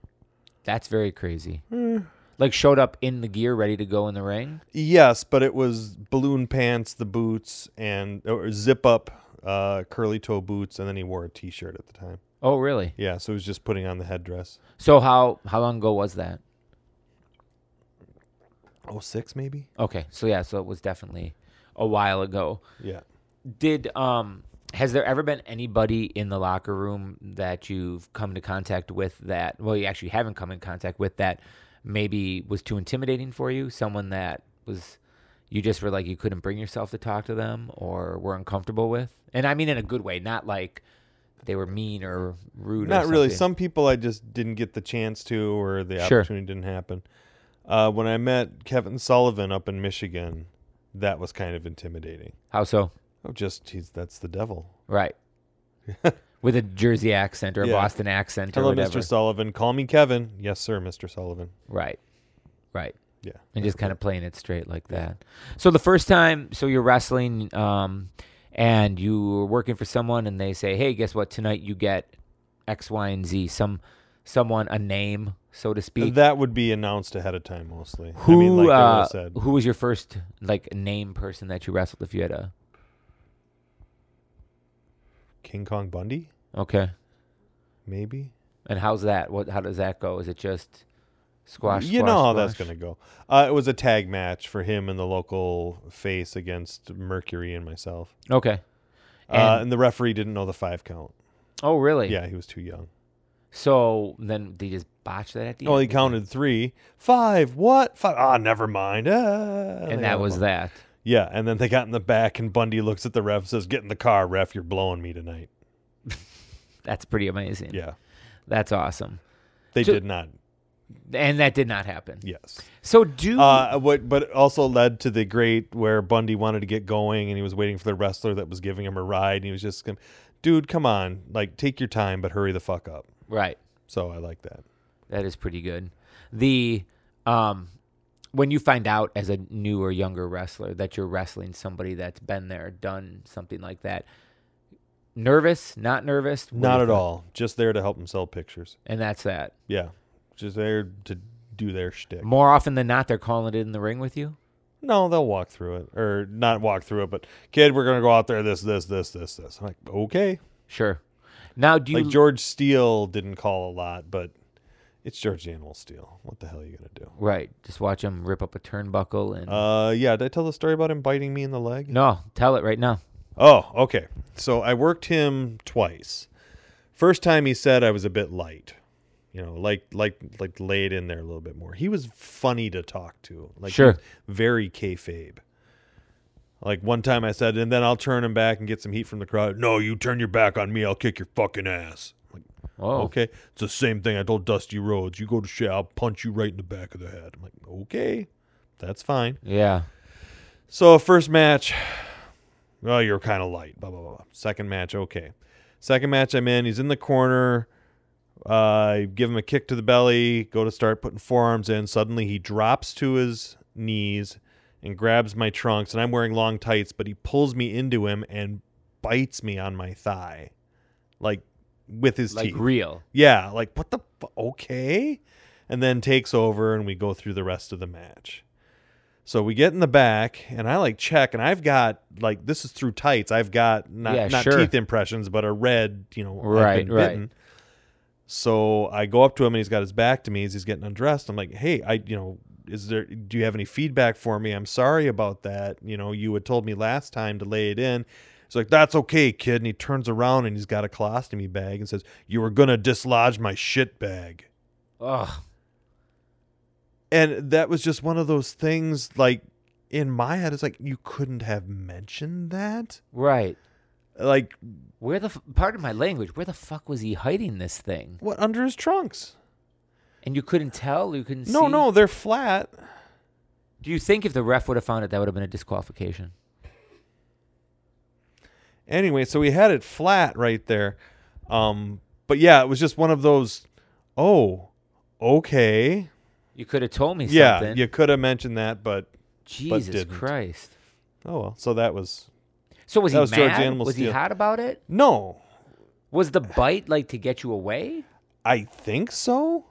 Speaker 2: that's very crazy.
Speaker 1: Hmm.
Speaker 2: Like showed up in the gear, ready to go in the ring.
Speaker 1: Yes, but it was balloon pants, the boots, and or zip up uh, curly toe boots, and then he wore a t shirt at the time.
Speaker 2: Oh, really?
Speaker 1: Yeah, so he was just putting on the headdress.
Speaker 2: So how how long ago was that?
Speaker 1: Oh, six maybe?
Speaker 2: Okay, so yeah, so it was definitely a while ago.
Speaker 1: Yeah.
Speaker 2: did um has there ever been anybody in the locker room that you've come to contact with that well you actually haven't come in contact with that maybe was too intimidating for you someone that was you just were like you couldn't bring yourself to talk to them or were uncomfortable with and i mean in a good way not like they were mean or rude or
Speaker 1: Not really.
Speaker 2: something.
Speaker 1: Some people I just didn't get the chance to, or the
Speaker 2: Sure.
Speaker 1: opportunity didn't happen. Uh, when I met Kevin Sullivan up in Michigan, that was kind of intimidating.
Speaker 2: How so?
Speaker 1: Oh, just he's that's the devil.
Speaker 2: Right. With a Jersey accent or a
Speaker 1: Yeah.
Speaker 2: Boston accent or
Speaker 1: Hello,
Speaker 2: whatever.
Speaker 1: Mr. Sullivan. Call me Kevin. Yes, sir, Mr. Sullivan.
Speaker 2: Right. Right.
Speaker 1: Yeah.
Speaker 2: and just kind of playing it straight like that. So the first time, so you're wrestling, um, and you were working for someone, and they say, "Hey, guess what? Tonight you get X, Y, and Z." Some, someone, a name, so to speak.
Speaker 1: That would be announced ahead of time mostly.
Speaker 2: who,
Speaker 1: I mean, like they would've
Speaker 2: uh,
Speaker 1: said.
Speaker 2: who was your first like name person that you wrestled? If you had a
Speaker 1: King Kong Bundy,
Speaker 2: okay,
Speaker 1: maybe.
Speaker 2: and how's that? What? How does that go? Is it just squash?
Speaker 1: you know how that's going to go. Uh, it was a tag match for him and the local face against Mercury and myself.
Speaker 2: to. Okay.
Speaker 1: uh,
Speaker 2: And-
Speaker 1: and the referee didn't know the five count.
Speaker 2: Oh, really?
Speaker 1: Yeah, he was too young.
Speaker 2: So then they just botched that at the
Speaker 1: Oh,
Speaker 2: end,
Speaker 1: he counted three, five. What? Five? Ah, never mind. Ah, they
Speaker 2: and
Speaker 1: got
Speaker 2: that was
Speaker 1: him.
Speaker 2: that.
Speaker 1: Yeah, and then they got in the back, and Bundy looks at the ref, and says, "Get in the car, ref. You're blowing me tonight."
Speaker 2: That's pretty amazing.
Speaker 1: Yeah,
Speaker 2: That's awesome.
Speaker 1: they
Speaker 2: So-
Speaker 1: did not.
Speaker 2: And that did not happen.
Speaker 1: Yes.
Speaker 2: So do
Speaker 1: Uh, what? But it also led to the great where Bundy wanted to get going, and he was waiting for the wrestler that was giving him a ride, and he was just, gonna, "Dude, come on, like take your time, but hurry the fuck up."
Speaker 2: right.
Speaker 1: So I like that.
Speaker 2: That is pretty good. The um when you find out as a new or younger wrestler that you're wrestling somebody that's been there, done something like that, nervous, not nervous, What do
Speaker 1: Not
Speaker 2: you
Speaker 1: at
Speaker 2: think?
Speaker 1: all. Just there to help him sell pictures.
Speaker 2: And that's that.
Speaker 1: Yeah, just there to do their shtick.
Speaker 2: More often than not, they're calling it in the ring with you.
Speaker 1: No, they'll walk through it, or not walk through it, but kid, we're gonna go out there. This, this, this, this, this. I'm like, okay.
Speaker 2: Sure. Now, do you
Speaker 1: like George Steele didn't call a lot, but it's George the Animal Steele. What the hell are you gonna do?
Speaker 2: right? Just watch them rip up a turnbuckle and
Speaker 1: Uh, yeah. Did I tell the story about him biting me in the leg?
Speaker 2: no, tell it right now.
Speaker 1: Oh, okay. So I worked him twice. First time he said I was a bit light, you know, like like like laid in there a little bit more. He was funny to talk to, like he
Speaker 2: Sure.
Speaker 1: was very kayfabe. Like one time I said, and then I'll turn him back and get some heat from the crowd. No, you turn your back on me, I'll kick your fucking ass. I'm like,
Speaker 2: Oh,
Speaker 1: okay, it's the same thing I told Dusty Rhodes. You go to shit, I'll punch you right in the back of the head. I'm like, okay, that's fine.
Speaker 2: yeah,
Speaker 1: So first match, well, you're kind of light. Blah blah blah. blah. Second match, okay. Second match, I'm in. He's in the corner. Uh, I give him a kick to the belly. Go to start putting forearms in. Suddenly, he drops to his knees and grabs my trunks. And I'm wearing long tights, but he pulls me into him and bites me on my thigh, like with his
Speaker 2: like
Speaker 1: teeth.
Speaker 2: real.
Speaker 1: Yeah, like what the fu- okay, and then takes over, and we go through the rest of the match. So we get in the back, and I like check, and I've got like this is through tights. I've got not
Speaker 2: Yeah,
Speaker 1: not
Speaker 2: sure.
Speaker 1: teeth impressions, but a red, you know, I've been
Speaker 2: Right, right.
Speaker 1: bitten. So I go up to him, and he's got his back to me as he's getting undressed. I'm like, hey, I you know. Is there? Do you have any feedback for me? I'm sorry about that. You know, you had told me last time to lay it in. He's like, that's okay, kid. And he turns around and he's got a colostomy bag and says, You were going to dislodge my shit bag.
Speaker 2: Oh,
Speaker 1: And that was just one of those things, like, in my head, it's like, You couldn't have mentioned that.
Speaker 2: right.
Speaker 1: Like,
Speaker 2: Where the f- part of my language? Where the fuck was he hiding this thing?
Speaker 1: what? Under his trunks.
Speaker 2: And you couldn't tell. You couldn't.
Speaker 1: No,
Speaker 2: see?
Speaker 1: no, they're flat.
Speaker 2: Do you think if the ref would have found it, that would have been a disqualification?
Speaker 1: Anyway, so we had it flat right there. Um, but yeah, it was just one of those, Oh, okay.
Speaker 2: You could have told me
Speaker 1: Yeah,
Speaker 2: something.
Speaker 1: you could have mentioned that, but
Speaker 2: Jesus
Speaker 1: didn't.
Speaker 2: Christ.
Speaker 1: oh well. So that was.
Speaker 2: So was
Speaker 1: That
Speaker 2: he
Speaker 1: was George
Speaker 2: mad?
Speaker 1: Animal
Speaker 2: was he
Speaker 1: Steel.
Speaker 2: hot about it?
Speaker 1: No,
Speaker 2: Was the bite like to get you away?
Speaker 1: I think so.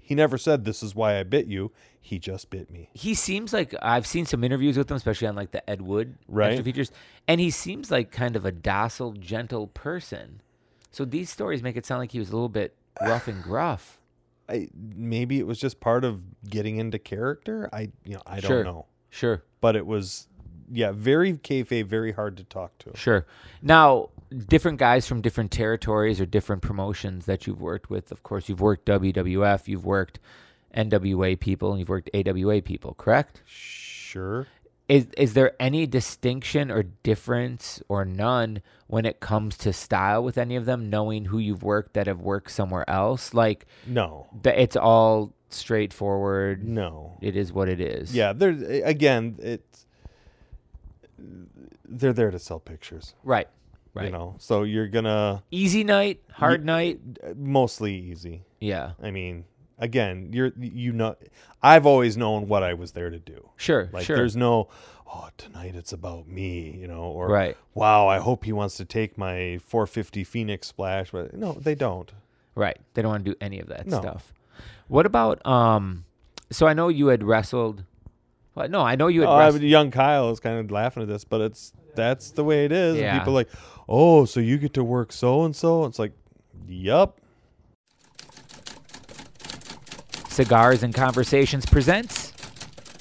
Speaker 1: He never said this is why I bit you. He just bit me.
Speaker 2: He seems like I've seen some interviews with him, especially on like the Ed Wood
Speaker 1: Right.
Speaker 2: extra features, and he seems like kind of a docile, gentle person. So these stories make it sound like he was a little bit rough and gruff.
Speaker 1: I maybe it was just part of getting into character. I you know I don't
Speaker 2: Sure.
Speaker 1: know,
Speaker 2: Sure.
Speaker 1: but it was yeah very kayfabe, very hard to talk to.
Speaker 2: Sure. Now, different guys from different territories or different promotions that you've worked with. Of course, you've worked WWF, you've worked NWA people, and you've worked AWA people, correct?
Speaker 1: Sure.
Speaker 2: is is there any distinction or difference or none when it comes to style with any of them knowing who you've worked that have worked somewhere else like
Speaker 1: No,
Speaker 2: the, it's all straightforward
Speaker 1: no.
Speaker 2: it is what it is
Speaker 1: Yeah, there's again, it's they're there to sell pictures,
Speaker 2: right right
Speaker 1: you know. So you're gonna
Speaker 2: easy night hard night
Speaker 1: mostly easy.
Speaker 2: yeah
Speaker 1: I mean, again, you're you know, I've always known what I was there to do.
Speaker 2: sure
Speaker 1: Like
Speaker 2: sure
Speaker 1: there's no, oh tonight it's about me, you know, or
Speaker 2: Right.
Speaker 1: wow I hope he wants to take my 450 Phoenix splash, but no they don't.
Speaker 2: Right. They don't want to do any of that
Speaker 1: No.
Speaker 2: stuff. What about um so I know you had wrestled well, no, I know you had
Speaker 1: Oh, I
Speaker 2: wrestled
Speaker 1: mean, young Kyle is kind of laughing at this, but it's that's the way it is.
Speaker 2: Yeah.
Speaker 1: And people are like, oh, so you get to work so and so. It's like, yup.
Speaker 2: Cigars and Conversations presents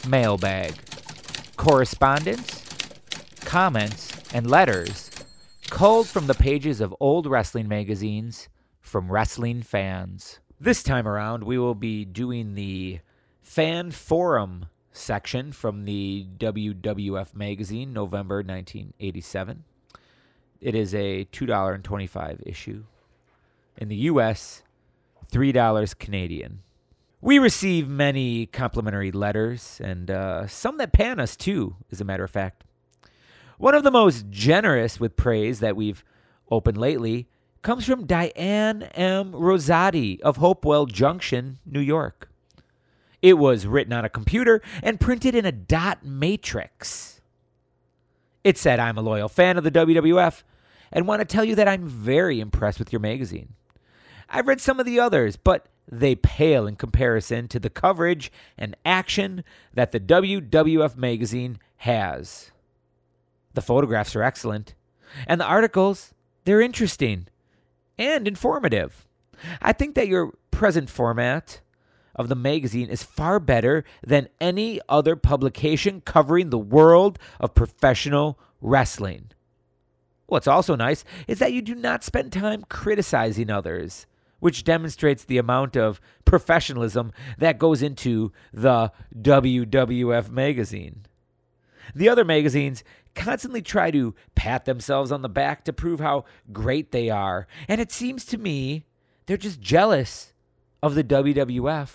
Speaker 2: Mailbag. Correspondence, comments, and letters culled from the pages of old wrestling magazines from wrestling fans. This time around, we will be doing the fan forum section from the WWF magazine, November 1987. It is a $2.25 issue. In the US, $3 Canadian. We receive many complimentary letters and uh, some that pan us too, as a matter of fact. One of the most generous with praise that we've opened lately comes from Diane M. Rosati of Hopewell Junction, New York. It was written on a computer and printed in a dot matrix. It said, I'm a loyal fan of the WWF and want to tell you that I'm very impressed with your magazine. I've read some of the others, but they pale in comparison to the coverage and action that the WWF magazine has. The photographs are excellent, and the articles, they're interesting and informative. I think that your present format of the magazine is far better than any other publication covering the world of professional wrestling. What's also nice is that you do not spend time criticizing others, which demonstrates the amount of professionalism that goes into the WWF magazine. The other magazines constantly try to pat themselves on the back to prove how great they are, and it seems to me they're just jealous of the WWF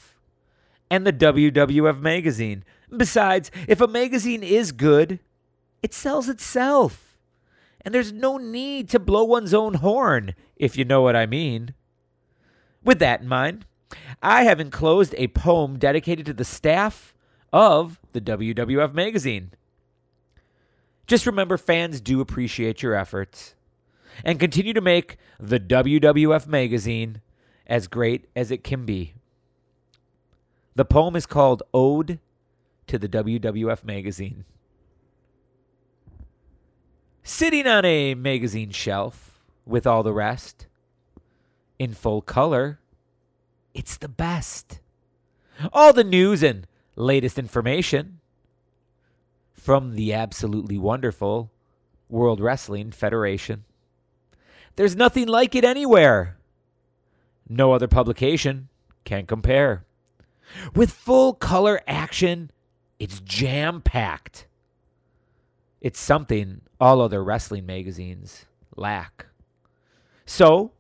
Speaker 2: and the WWF magazine. Besides, if a magazine is good, it sells itself and there's no need to blow one's own horn, if you know what I mean. With that in mind, I have enclosed a poem dedicated to the staff of the WWF magazine. Just remember, fans do appreciate your efforts and continue to make the WWF magazine as great as it can be. The poem is called Ode to the WWF magazine. Sitting on a magazine shelf with all the rest in full color, it's the best. All the news and latest information from the absolutely wonderful World Wrestling Federation. There's nothing like it anywhere. No other publication can compare. With full color action, it's jam packed. It's something all other wrestling magazines lack. So,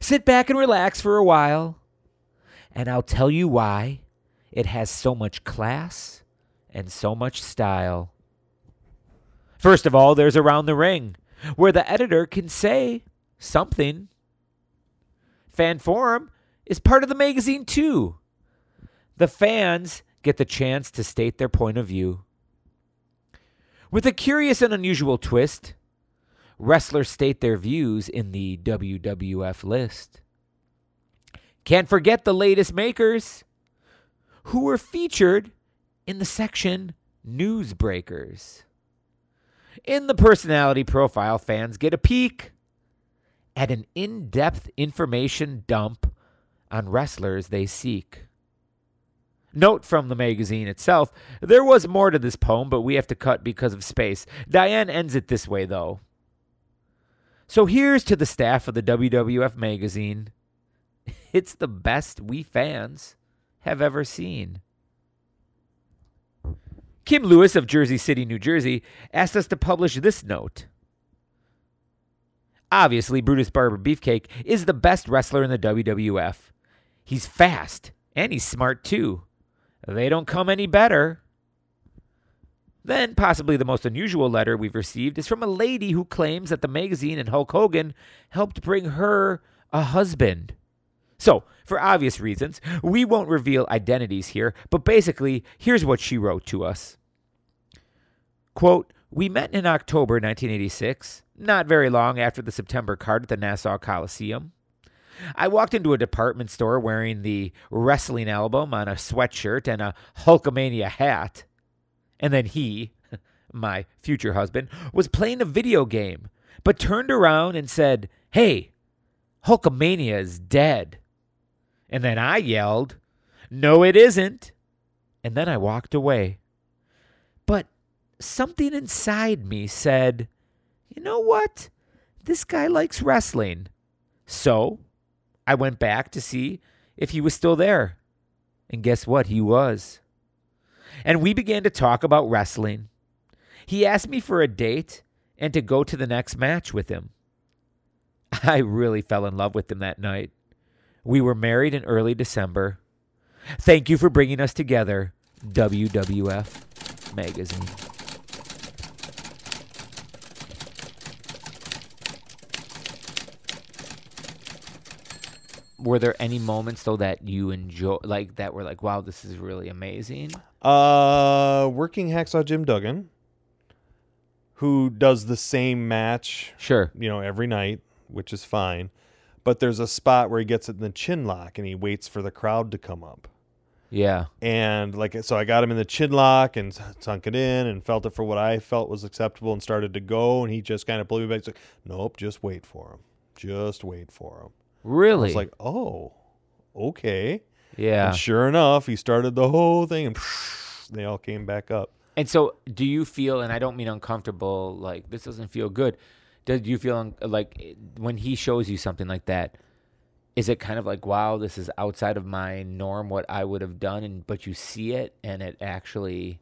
Speaker 2: sit back and relax for a while, and I'll tell you why it has so much class and so much style. First of all, there's Around the Ring, where the editor can say something. Fan Forum is part of the magazine, too. The fans get the chance to state their point of view. With a curious and unusual twist, wrestlers state their views in the WWF list. Can't forget the latest makers who were featured in the section Newsbreakers. In the personality profile, fans get a peek at an in depth information dump on wrestlers they seek. Note from the magazine itself there was more to this poem, but we have to cut because of space. Diane ends it this way, though. So here's to the staff of the WWF magazine. It's the best we fans have ever seen. Kim Lewis of Jersey City, New Jersey, asked us to publish this note. Obviously, Brutus Barber Beefcake is the best wrestler in the WWF. He's fast and he's smart too. They don't come any better. Then, possibly the most unusual letter we've received is from a lady who claims that the magazine and Hulk Hogan helped bring her a husband. So, for obvious reasons, we won't reveal identities here, but basically, here's what she wrote to us Quote, We met in October 1986, not very long after the September card at the Nassau Coliseum. I walked into a department store wearing the wrestling album on a sweatshirt and a Hulkamania hat. And then he, my future husband, was playing a video game, but turned around and said, Hey, Hulkamania is dead. And then I yelled, No, it isn't. And then I walked away. But something inside me said, You know what? This guy likes wrestling. So I went back to see if he was still there. And guess what? He was. And we began to talk about wrestling. He asked me for a date and to go to the next match with him. I really fell in love with him that night. We were married in early December. Thank you for bringing us together, WWF Magazine. Were there any moments though that you enjoy, like that were like, wow, this is really amazing?
Speaker 1: Uh, working hacksaw Jim Duggan, who does the same match,
Speaker 2: Sure.
Speaker 1: you know, every night, which is fine. But there's a spot where he gets it in the chin lock and he waits for the crowd to come up.
Speaker 2: Yeah.
Speaker 1: And like, so I got him in the chin lock and sunk it in and felt it for what I felt was acceptable and started to go. And he just kind of pulled me back. He's like, nope, just wait for him. Just wait for him.
Speaker 2: Really?
Speaker 1: It's like, oh, okay.
Speaker 2: yeah.
Speaker 1: And sure enough, he started the whole thing and they all came back up.
Speaker 2: And so, do you feel? And I don't mean uncomfortable. Like this doesn't feel good. Do you feel un- like eh, when he shows you something like that? Is it kind of like, wow, this is outside of my norm, what I would have done, and but you see it, and it actually,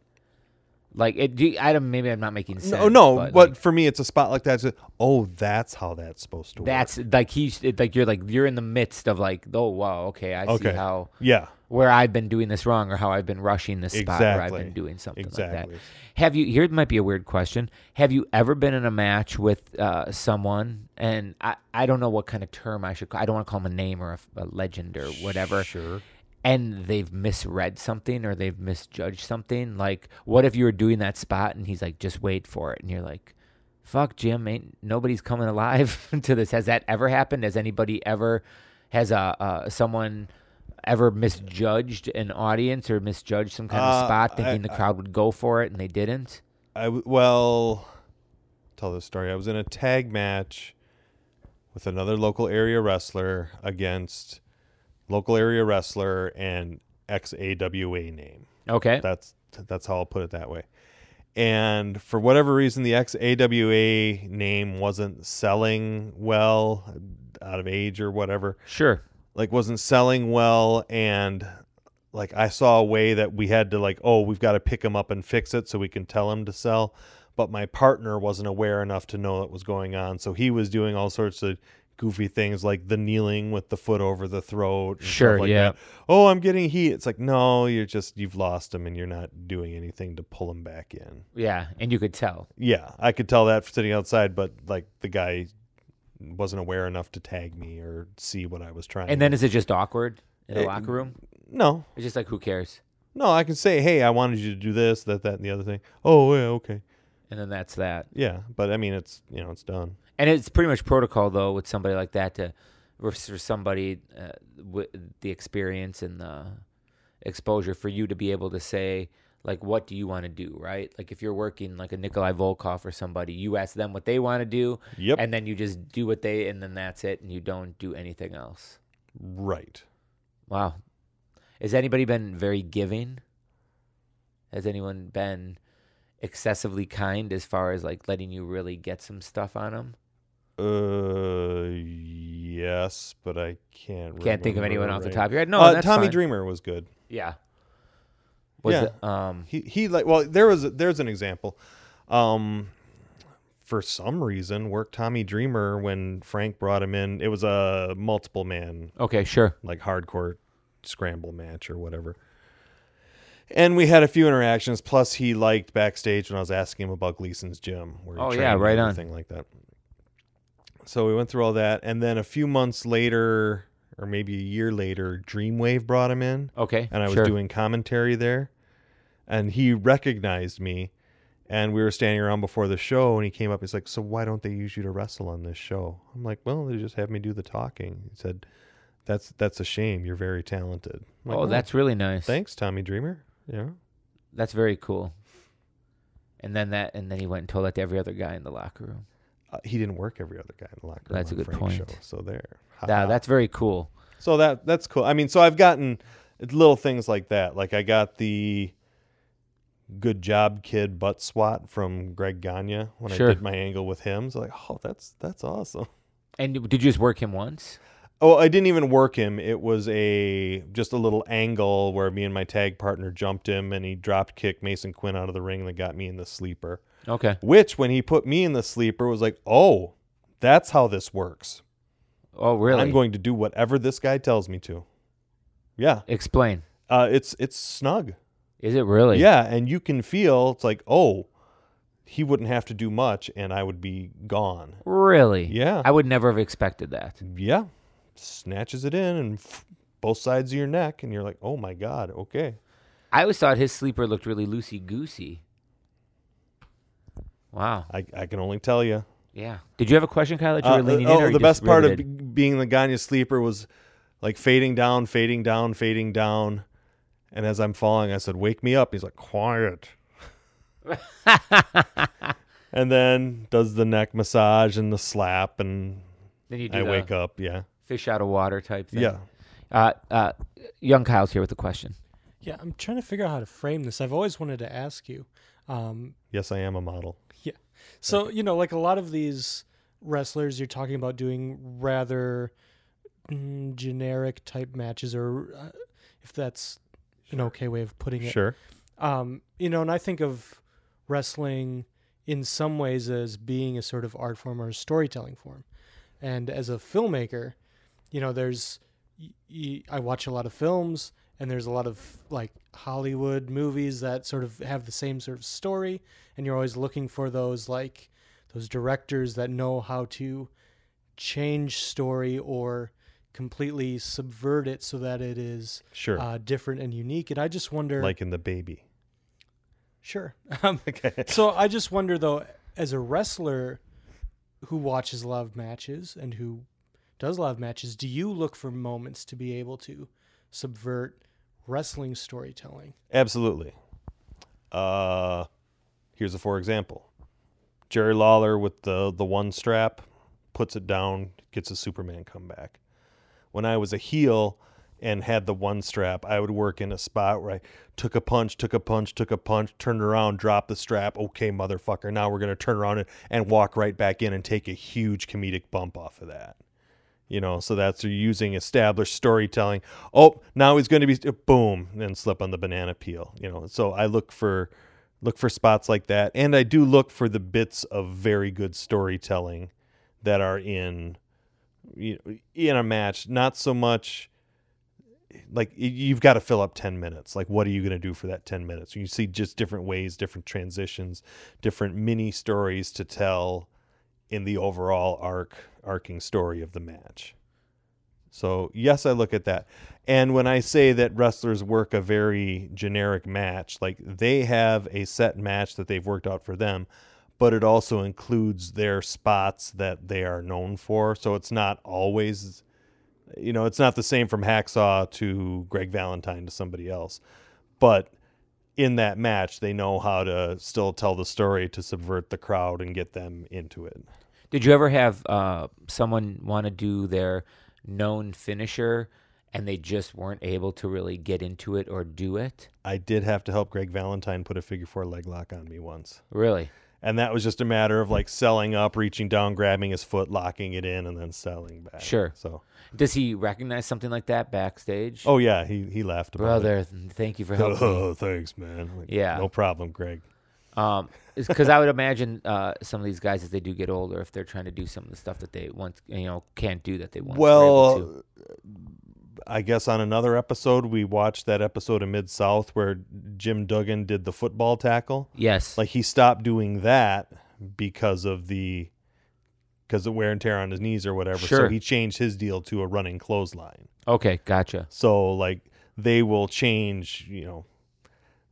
Speaker 2: like, it. Do you, I don't. Maybe I'm not making sense.
Speaker 1: No, no, but,
Speaker 2: like,
Speaker 1: for me, it's a spot like that. It's a- oh, that's how that's supposed to work.
Speaker 2: that's like he's it- like you're like you're in the midst of like, oh wow, okay, I
Speaker 1: okay.
Speaker 2: see how
Speaker 1: yeah,
Speaker 2: where I've been doing this wrong or how I've been rushing this spot where I've
Speaker 1: Exactly.
Speaker 2: been doing something like
Speaker 1: Exactly.
Speaker 2: that. Have you? Here might be a weird question. Have you ever been in a match with uh, someone, and I, I don't know what kind of term I should. Call, I don't want to call them a name or a, a legend or whatever.
Speaker 1: Sure.
Speaker 2: And they've misread something or they've misjudged something. Like, what if you were doing that spot and he's like, "Just wait for it," and you're like. Fuck Jim, ain't nobody's coming alive to this. Has that ever happened? Has anybody ever has a uh, someone ever misjudged an audience or misjudged some kind of
Speaker 1: Uh,
Speaker 2: spot,
Speaker 1: I-
Speaker 2: thinking the crowd would go for it and they didn't?
Speaker 1: I w- well tell this story. I was in a tag match with another local area wrestler against local area wrestler and ex AWA name.
Speaker 2: Okay.
Speaker 1: That's that's how I'll put it that way. And for whatever reason, the ex AWA name wasn't selling well, out of age or whatever.
Speaker 2: Sure.
Speaker 1: like wasn't selling well and like I saw a way that we had to like oh we've got to pick him up and fix it so we can tell him to sell but my partner wasn't aware enough to know what was going on so he was doing all sorts of goofy things like the kneeling with the foot over the throat and stuff
Speaker 2: Sure,
Speaker 1: like
Speaker 2: yeah.
Speaker 1: that. oh I'm getting heat it's like no you're just you've lost him and you're not doing anything to pull him back in
Speaker 2: Yeah, and you could tell.
Speaker 1: yeah I could tell that sitting outside but like the guy wasn't aware enough to tag me or see what I was trying
Speaker 2: And
Speaker 1: to
Speaker 2: then is it just awkward in the
Speaker 1: It-
Speaker 2: locker room?
Speaker 1: no
Speaker 2: It's just like who cares?
Speaker 1: No, I can say, hey, I wanted you to do this, that, that, and the other thing. Oh, yeah, okay.
Speaker 2: And then that's that.
Speaker 1: Yeah. But I mean, it's, you know, it's done.
Speaker 2: And it's pretty much protocol though with somebody like that to for for somebody uh, with the experience and the exposure for you to be able to say like what do you want to do right like if you're working like a nikolai volkov or somebody you ask them what they want to do
Speaker 1: Yep.
Speaker 2: and then you just do what they and then that's it and you don't do anything else
Speaker 1: Right.
Speaker 2: wow has anybody been very giving has anyone been excessively kind as far as like letting you really get some stuff on them
Speaker 1: Uh, yes, but I can't
Speaker 2: Can't think of
Speaker 1: remember
Speaker 2: anyone off the
Speaker 1: right-
Speaker 2: top of your head? No,
Speaker 1: uh,
Speaker 2: that's
Speaker 1: Tommy
Speaker 2: fine.
Speaker 1: Dreamer was good.
Speaker 2: Yeah. Was
Speaker 1: Yeah.
Speaker 2: the- um
Speaker 1: he he like well there was there's an example um for some reason worked tommy dreamer when frank brought him in it was a multiple man
Speaker 2: okay, sure.
Speaker 1: like hardcore scramble match or whatever and we had a few interactions plus he liked backstage when i was asking him about gleason's gym where he
Speaker 2: Oh, yeah,
Speaker 1: trained and
Speaker 2: right on.
Speaker 1: everything like that so we went through all that and then a few months later or maybe a year later dreamwave brought him in
Speaker 2: Okay.
Speaker 1: and I was
Speaker 2: sure.
Speaker 1: doing commentary there, and he recognized me, and we were standing around before the show, and he came up. He's like, "So why don't they use you to wrestle on this show?" I'm like, "Well, they just have me do the talking." He said, "That's that's a shame. You're very talented." I'm like,
Speaker 2: Oh, that's really nice.
Speaker 1: thanks, Tommy Dreamer. Yeah,
Speaker 2: That's very cool. And then that and then he went and told that to every other guy in the locker room.
Speaker 1: uh, he didn't work every other guy in the locker room.
Speaker 2: That's a
Speaker 1: on
Speaker 2: good
Speaker 1: Frank's
Speaker 2: point.
Speaker 1: Show, so there.
Speaker 2: Yeah,
Speaker 1: Haha.
Speaker 2: that's very cool.
Speaker 1: So that that's cool. I mean, so I've gotten little things like that. Like I got the good job kid butt swat from Greg Gagne when
Speaker 2: Sure.
Speaker 1: I did my angle with him. So like, oh, that's that's awesome.
Speaker 2: And did you just work him once?
Speaker 1: Oh, I didn't even work him. It was a just a little angle where me and my tag partner jumped him and he dropped kicked Mason Quinn out of the ring that got me in the sleeper.
Speaker 2: Okay.
Speaker 1: Which when he put me in the sleeper was like, "Oh, that's how this works.
Speaker 2: Oh, really?
Speaker 1: I'm going to do whatever this guy tells me to." Yeah.
Speaker 2: Explain.
Speaker 1: Uh, it's it's snug.
Speaker 2: Is it really?
Speaker 1: Yeah, and you can feel it's like, oh, he wouldn't have to do much, and I would be gone.
Speaker 2: Really?
Speaker 1: Yeah.
Speaker 2: I would never have expected that.
Speaker 1: Yeah, snatches it in and both sides of your neck, and you're like, oh my god, okay.
Speaker 2: I always thought his sleeper looked really loosey goosey. Wow.
Speaker 1: I, I can only tell you.
Speaker 2: Yeah. Did you have a question, Kyle? That you
Speaker 1: Uh,
Speaker 2: were leaning in,
Speaker 1: oh,
Speaker 2: or you
Speaker 1: the
Speaker 2: just
Speaker 1: best part of
Speaker 2: riveted?
Speaker 1: be- being the Ganya sleeper was like fading down, fading down, fading down, and as I'm falling, I said, "Wake me up." He's like, "Quiet." and then does the neck massage and the slap, and
Speaker 2: then you do
Speaker 1: I
Speaker 2: the
Speaker 1: wake up. Yeah,
Speaker 2: fish out of water type thing.
Speaker 1: yeah.
Speaker 2: Uh, uh, young Kyle's here with a question.
Speaker 6: Yeah, I'm trying to figure out how to frame this. I've always wanted to ask you. Um,
Speaker 1: Yes, I am a model.
Speaker 6: so, you know, like a lot of these wrestlers, you're talking about doing rather mm, generic type matches, or uh, if that's an okay way of putting it.
Speaker 1: Sure.
Speaker 6: Um, you know, and I think of wrestling in some ways as being a sort of art form or a storytelling form. And as a filmmaker, you know, there's y- y- I watch a lot of films and there's a lot of like Hollywood movies that sort of have the same sort of story and you're always looking for those like those directors that know how to change story or completely subvert it so that it is
Speaker 1: Sure.
Speaker 6: uh, different and unique and I just wonder
Speaker 1: like in the baby.
Speaker 6: Sure. Um, so I just wonder though, as a wrestler who watches a lot of matches and who does a lot of matches, do you look for moments to be able to subvert wrestling storytelling?
Speaker 1: Absolutely. Uh, here's a for example. Jerry Lawler with the the one strap puts it down, gets a Superman comeback. When I was a heel and had the one strap, I would work in a spot where I took a punch, took a punch, took a punch, turned around, dropped the strap. Okay, motherfucker, now we're gonna turn around and, and walk right back in and take a huge comedic bump off of that. You know, so that's you're using established storytelling. Oh, now he's going to be boom and slip on the banana peel. You know, so I look for look for spots like that, and I do look for the bits of very good storytelling that are in you know, in a match. Not so much like y- you've got to fill up 10 minutes like what are you going to do for that 10 minutes you see just different ways different transitions different mini stories to tell in the overall arc arcing story of the match. So yes, I look at that. And when I say that wrestlers work a very generic match, like they have a set match that they've worked out for them, but it also includes their spots that they are known for. So it's not always you know, it's not the same from Hacksaw to Greg Valentine to somebody else. But in that match, they know how to still tell the story to subvert the crowd and get them into it.
Speaker 2: Did you ever have uh, someone want to do their known finisher and they just weren't able to really get into it or do it?
Speaker 1: I did have to help Greg Valentine put a figure four leg lock on me once.
Speaker 2: Really?
Speaker 1: and that was just a matter of like selling up, reaching down, grabbing his foot, locking it in, and then selling back.
Speaker 2: Sure.
Speaker 1: So,
Speaker 2: Does he recognize something like that backstage?
Speaker 1: oh yeah, he he laughed about it.
Speaker 2: brother, th- thank you for helping. me.
Speaker 1: Oh, thanks, man. I'm like,
Speaker 2: Yeah.
Speaker 1: No problem, Greg.
Speaker 2: Um, because I would imagine uh, some of these guys, as they do get older, if they're trying to do some of the stuff that they once you know can't do that they once were able to.
Speaker 1: Well, I guess on another episode we watched that episode of Mid South where Jim Duggan did the football tackle.
Speaker 2: yes,
Speaker 1: Like he stopped doing that because of the because of wear and tear on his knees or whatever.
Speaker 2: Sure.
Speaker 1: So he changed his deal to a running clothesline.
Speaker 2: okay, gotcha.
Speaker 1: So like they will change, you know,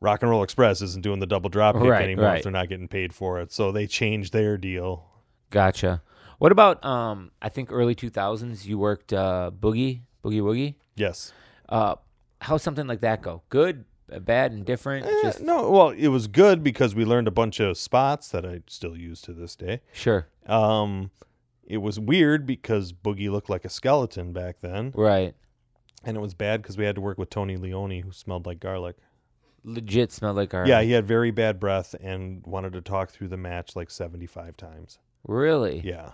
Speaker 1: Rock and Roll Express isn't doing the double drop kick
Speaker 2: Right,
Speaker 1: anymore
Speaker 2: right.
Speaker 1: if they're not getting paid for it. So they changed their deal.
Speaker 2: Gotcha. What about um? I think early two thousands. You worked uh, boogie, boogie woogie.
Speaker 1: Yes.
Speaker 2: Uh, how something like that go? Good, uh, bad, and different.
Speaker 1: Eh,
Speaker 2: Just
Speaker 1: no, well, it was good because we learned a bunch of spots that I still use to this day.
Speaker 2: sure,
Speaker 1: Um, it was weird because Boogie looked like a skeleton back then,
Speaker 2: right?
Speaker 1: and it was bad because we had to work with Tony Leone, who smelled like garlic.
Speaker 2: Legit smelled like our
Speaker 1: Yeah, he had very bad breath and wanted to talk through the match like seventy-five times.
Speaker 2: Really?
Speaker 1: Yeah,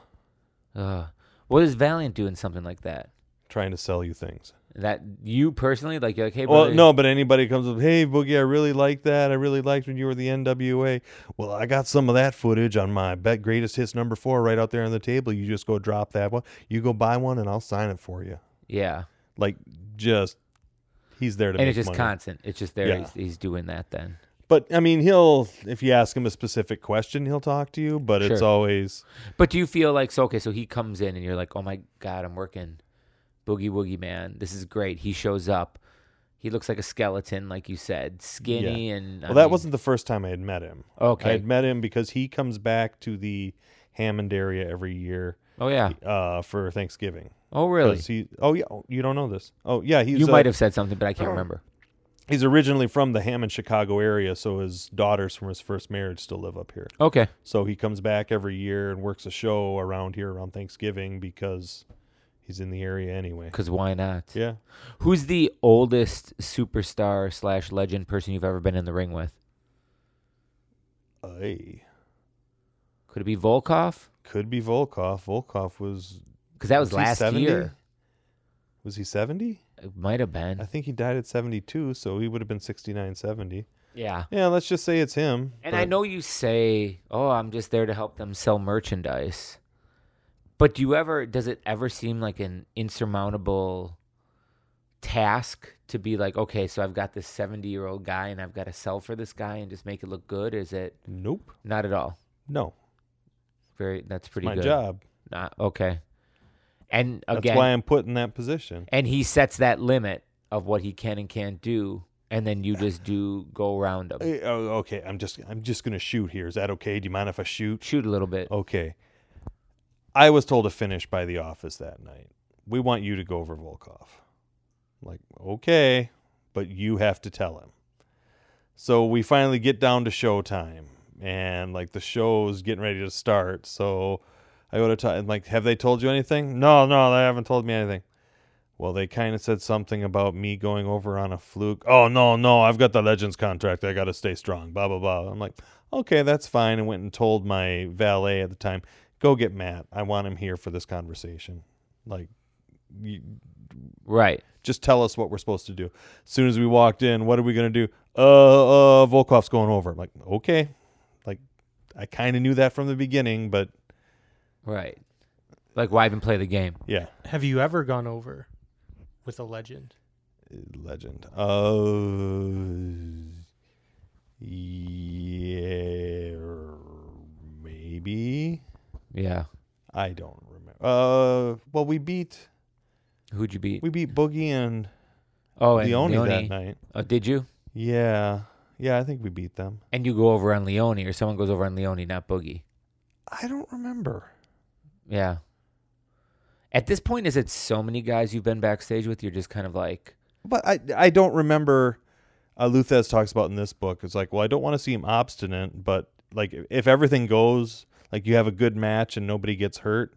Speaker 2: Uh, what is Valiant doing something like that?
Speaker 1: trying to sell you things.
Speaker 2: That you personally like? You're like, hey,
Speaker 1: Well,
Speaker 2: brother,
Speaker 1: no, but anybody comes up, hey Boogie, I really like that. I really liked when you were the NWA. Well, I got some of that footage on my bet greatest hits number four right out there on the table. You just go drop that one. You go buy one, and I'll sign it for you.
Speaker 2: yeah,
Speaker 1: Like just, he's there to
Speaker 2: and
Speaker 1: make
Speaker 2: it's just
Speaker 1: money.
Speaker 2: constant. It's just there.
Speaker 1: Yeah.
Speaker 2: He's, he's doing that then.
Speaker 1: But I mean, he'll if you ask him a specific question, he'll talk to you. But it's
Speaker 2: Sure.
Speaker 1: always
Speaker 2: But do you feel like so? Okay, so he comes in and you're like, oh my god, I'm working boogie woogie man. This is great. He shows up. He looks like a skeleton, like you said, skinny and. I
Speaker 1: well. That
Speaker 2: mean-
Speaker 1: wasn't the first time I had met him.
Speaker 2: Okay.
Speaker 1: I had met him because he comes back to the Hammond area every year
Speaker 2: Oh yeah.
Speaker 1: uh, for Thanksgiving.
Speaker 2: Oh really?
Speaker 1: 'Cause He, oh yeah, oh, you don't know this. Oh yeah, he's
Speaker 2: You
Speaker 1: uh,
Speaker 2: might have said something, but I can't remember.
Speaker 1: He's originally from the Hammond, Chicago area, so his daughters from his first marriage still live up here.
Speaker 2: Okay.
Speaker 1: So he comes back every year and works a show around here around Thanksgiving because he's in the area anyway.
Speaker 2: Because why not?
Speaker 1: Yeah,
Speaker 2: Who's the oldest superstar slash legend person you've ever been in the ring with?
Speaker 1: Aye.
Speaker 2: Could it be Volkov?
Speaker 1: could be Volkov. Volkov was
Speaker 2: Because that was,
Speaker 1: he
Speaker 2: last
Speaker 1: 70?
Speaker 2: year.
Speaker 1: Was he seventy?
Speaker 2: It might have been.
Speaker 1: I think he died at seventy-two, so he would have been 69, 70.
Speaker 2: yeah.
Speaker 1: Yeah, let's just say it's him.
Speaker 2: And I
Speaker 1: but-
Speaker 2: know you say, "Oh, I'm just there to help them sell merchandise," but do you ever? Does it ever seem like an insurmountable task to be like, "Okay, so I've got this 70 year old guy, and I've got to sell for this guy and just make it look good"? Is it
Speaker 1: Nope.
Speaker 2: not at all?
Speaker 1: No,
Speaker 2: Very. That's pretty
Speaker 1: my
Speaker 2: good.
Speaker 1: job.
Speaker 2: Not okay. And
Speaker 1: That's
Speaker 2: again,
Speaker 1: why I'm put in that position.
Speaker 2: and he sets that limit of what he can and can't do, and then you just do go around him,
Speaker 1: Eh, oh, okay, I'm just I'm just gonna shoot here. Is that okay? Do you mind if I shoot?
Speaker 2: shoot a little bit.
Speaker 1: Okay. I was told to finish by the office that night. We want you to go over Volkov. I'm like, okay, but you have to tell him. So we finally get down to showtime and like the show's getting ready to start. So I go to t- and like, have they told you anything? No, no, they haven't told me anything. Well, they kind of said something about me going over on a fluke. Oh, no, no, I've got the Legends contract. I got to stay strong, blah, blah, blah. I'm like, okay, that's fine. And went and told my valet at the time, go get Matt. I want him here for this conversation. Like, you,
Speaker 2: Right.
Speaker 1: just tell us what we're supposed to do. As soon as we walked in, what are we going to do? Uh, uh, Volkov's going over. I'm like, okay. Like, I kind of knew that from the beginning, but
Speaker 2: Right. Like why even play the game?
Speaker 1: yeah,
Speaker 6: Have you ever gone over with a legend?
Speaker 1: legend. Uh, yeah, maybe.
Speaker 2: Yeah.
Speaker 1: I don't remember. Uh, well, we beat
Speaker 2: Who'd you beat?
Speaker 1: we beat Boogie and
Speaker 2: oh, and
Speaker 1: Leone
Speaker 2: Leone.
Speaker 1: that night.
Speaker 2: Oh, did you?
Speaker 1: Yeah, yeah, I think we beat them.
Speaker 2: And you go over on Leone, or someone goes over on Leone, not Boogie.
Speaker 1: I don't remember.
Speaker 2: Yeah. At this point, is it so many guys you've been backstage with? You're just kind of like,
Speaker 1: But I I don't remember. Uh, Luthez talks about in this book. It's like, well, I don't want to seem obstinate, but like if- if everything goes like you have a good match and nobody gets hurt,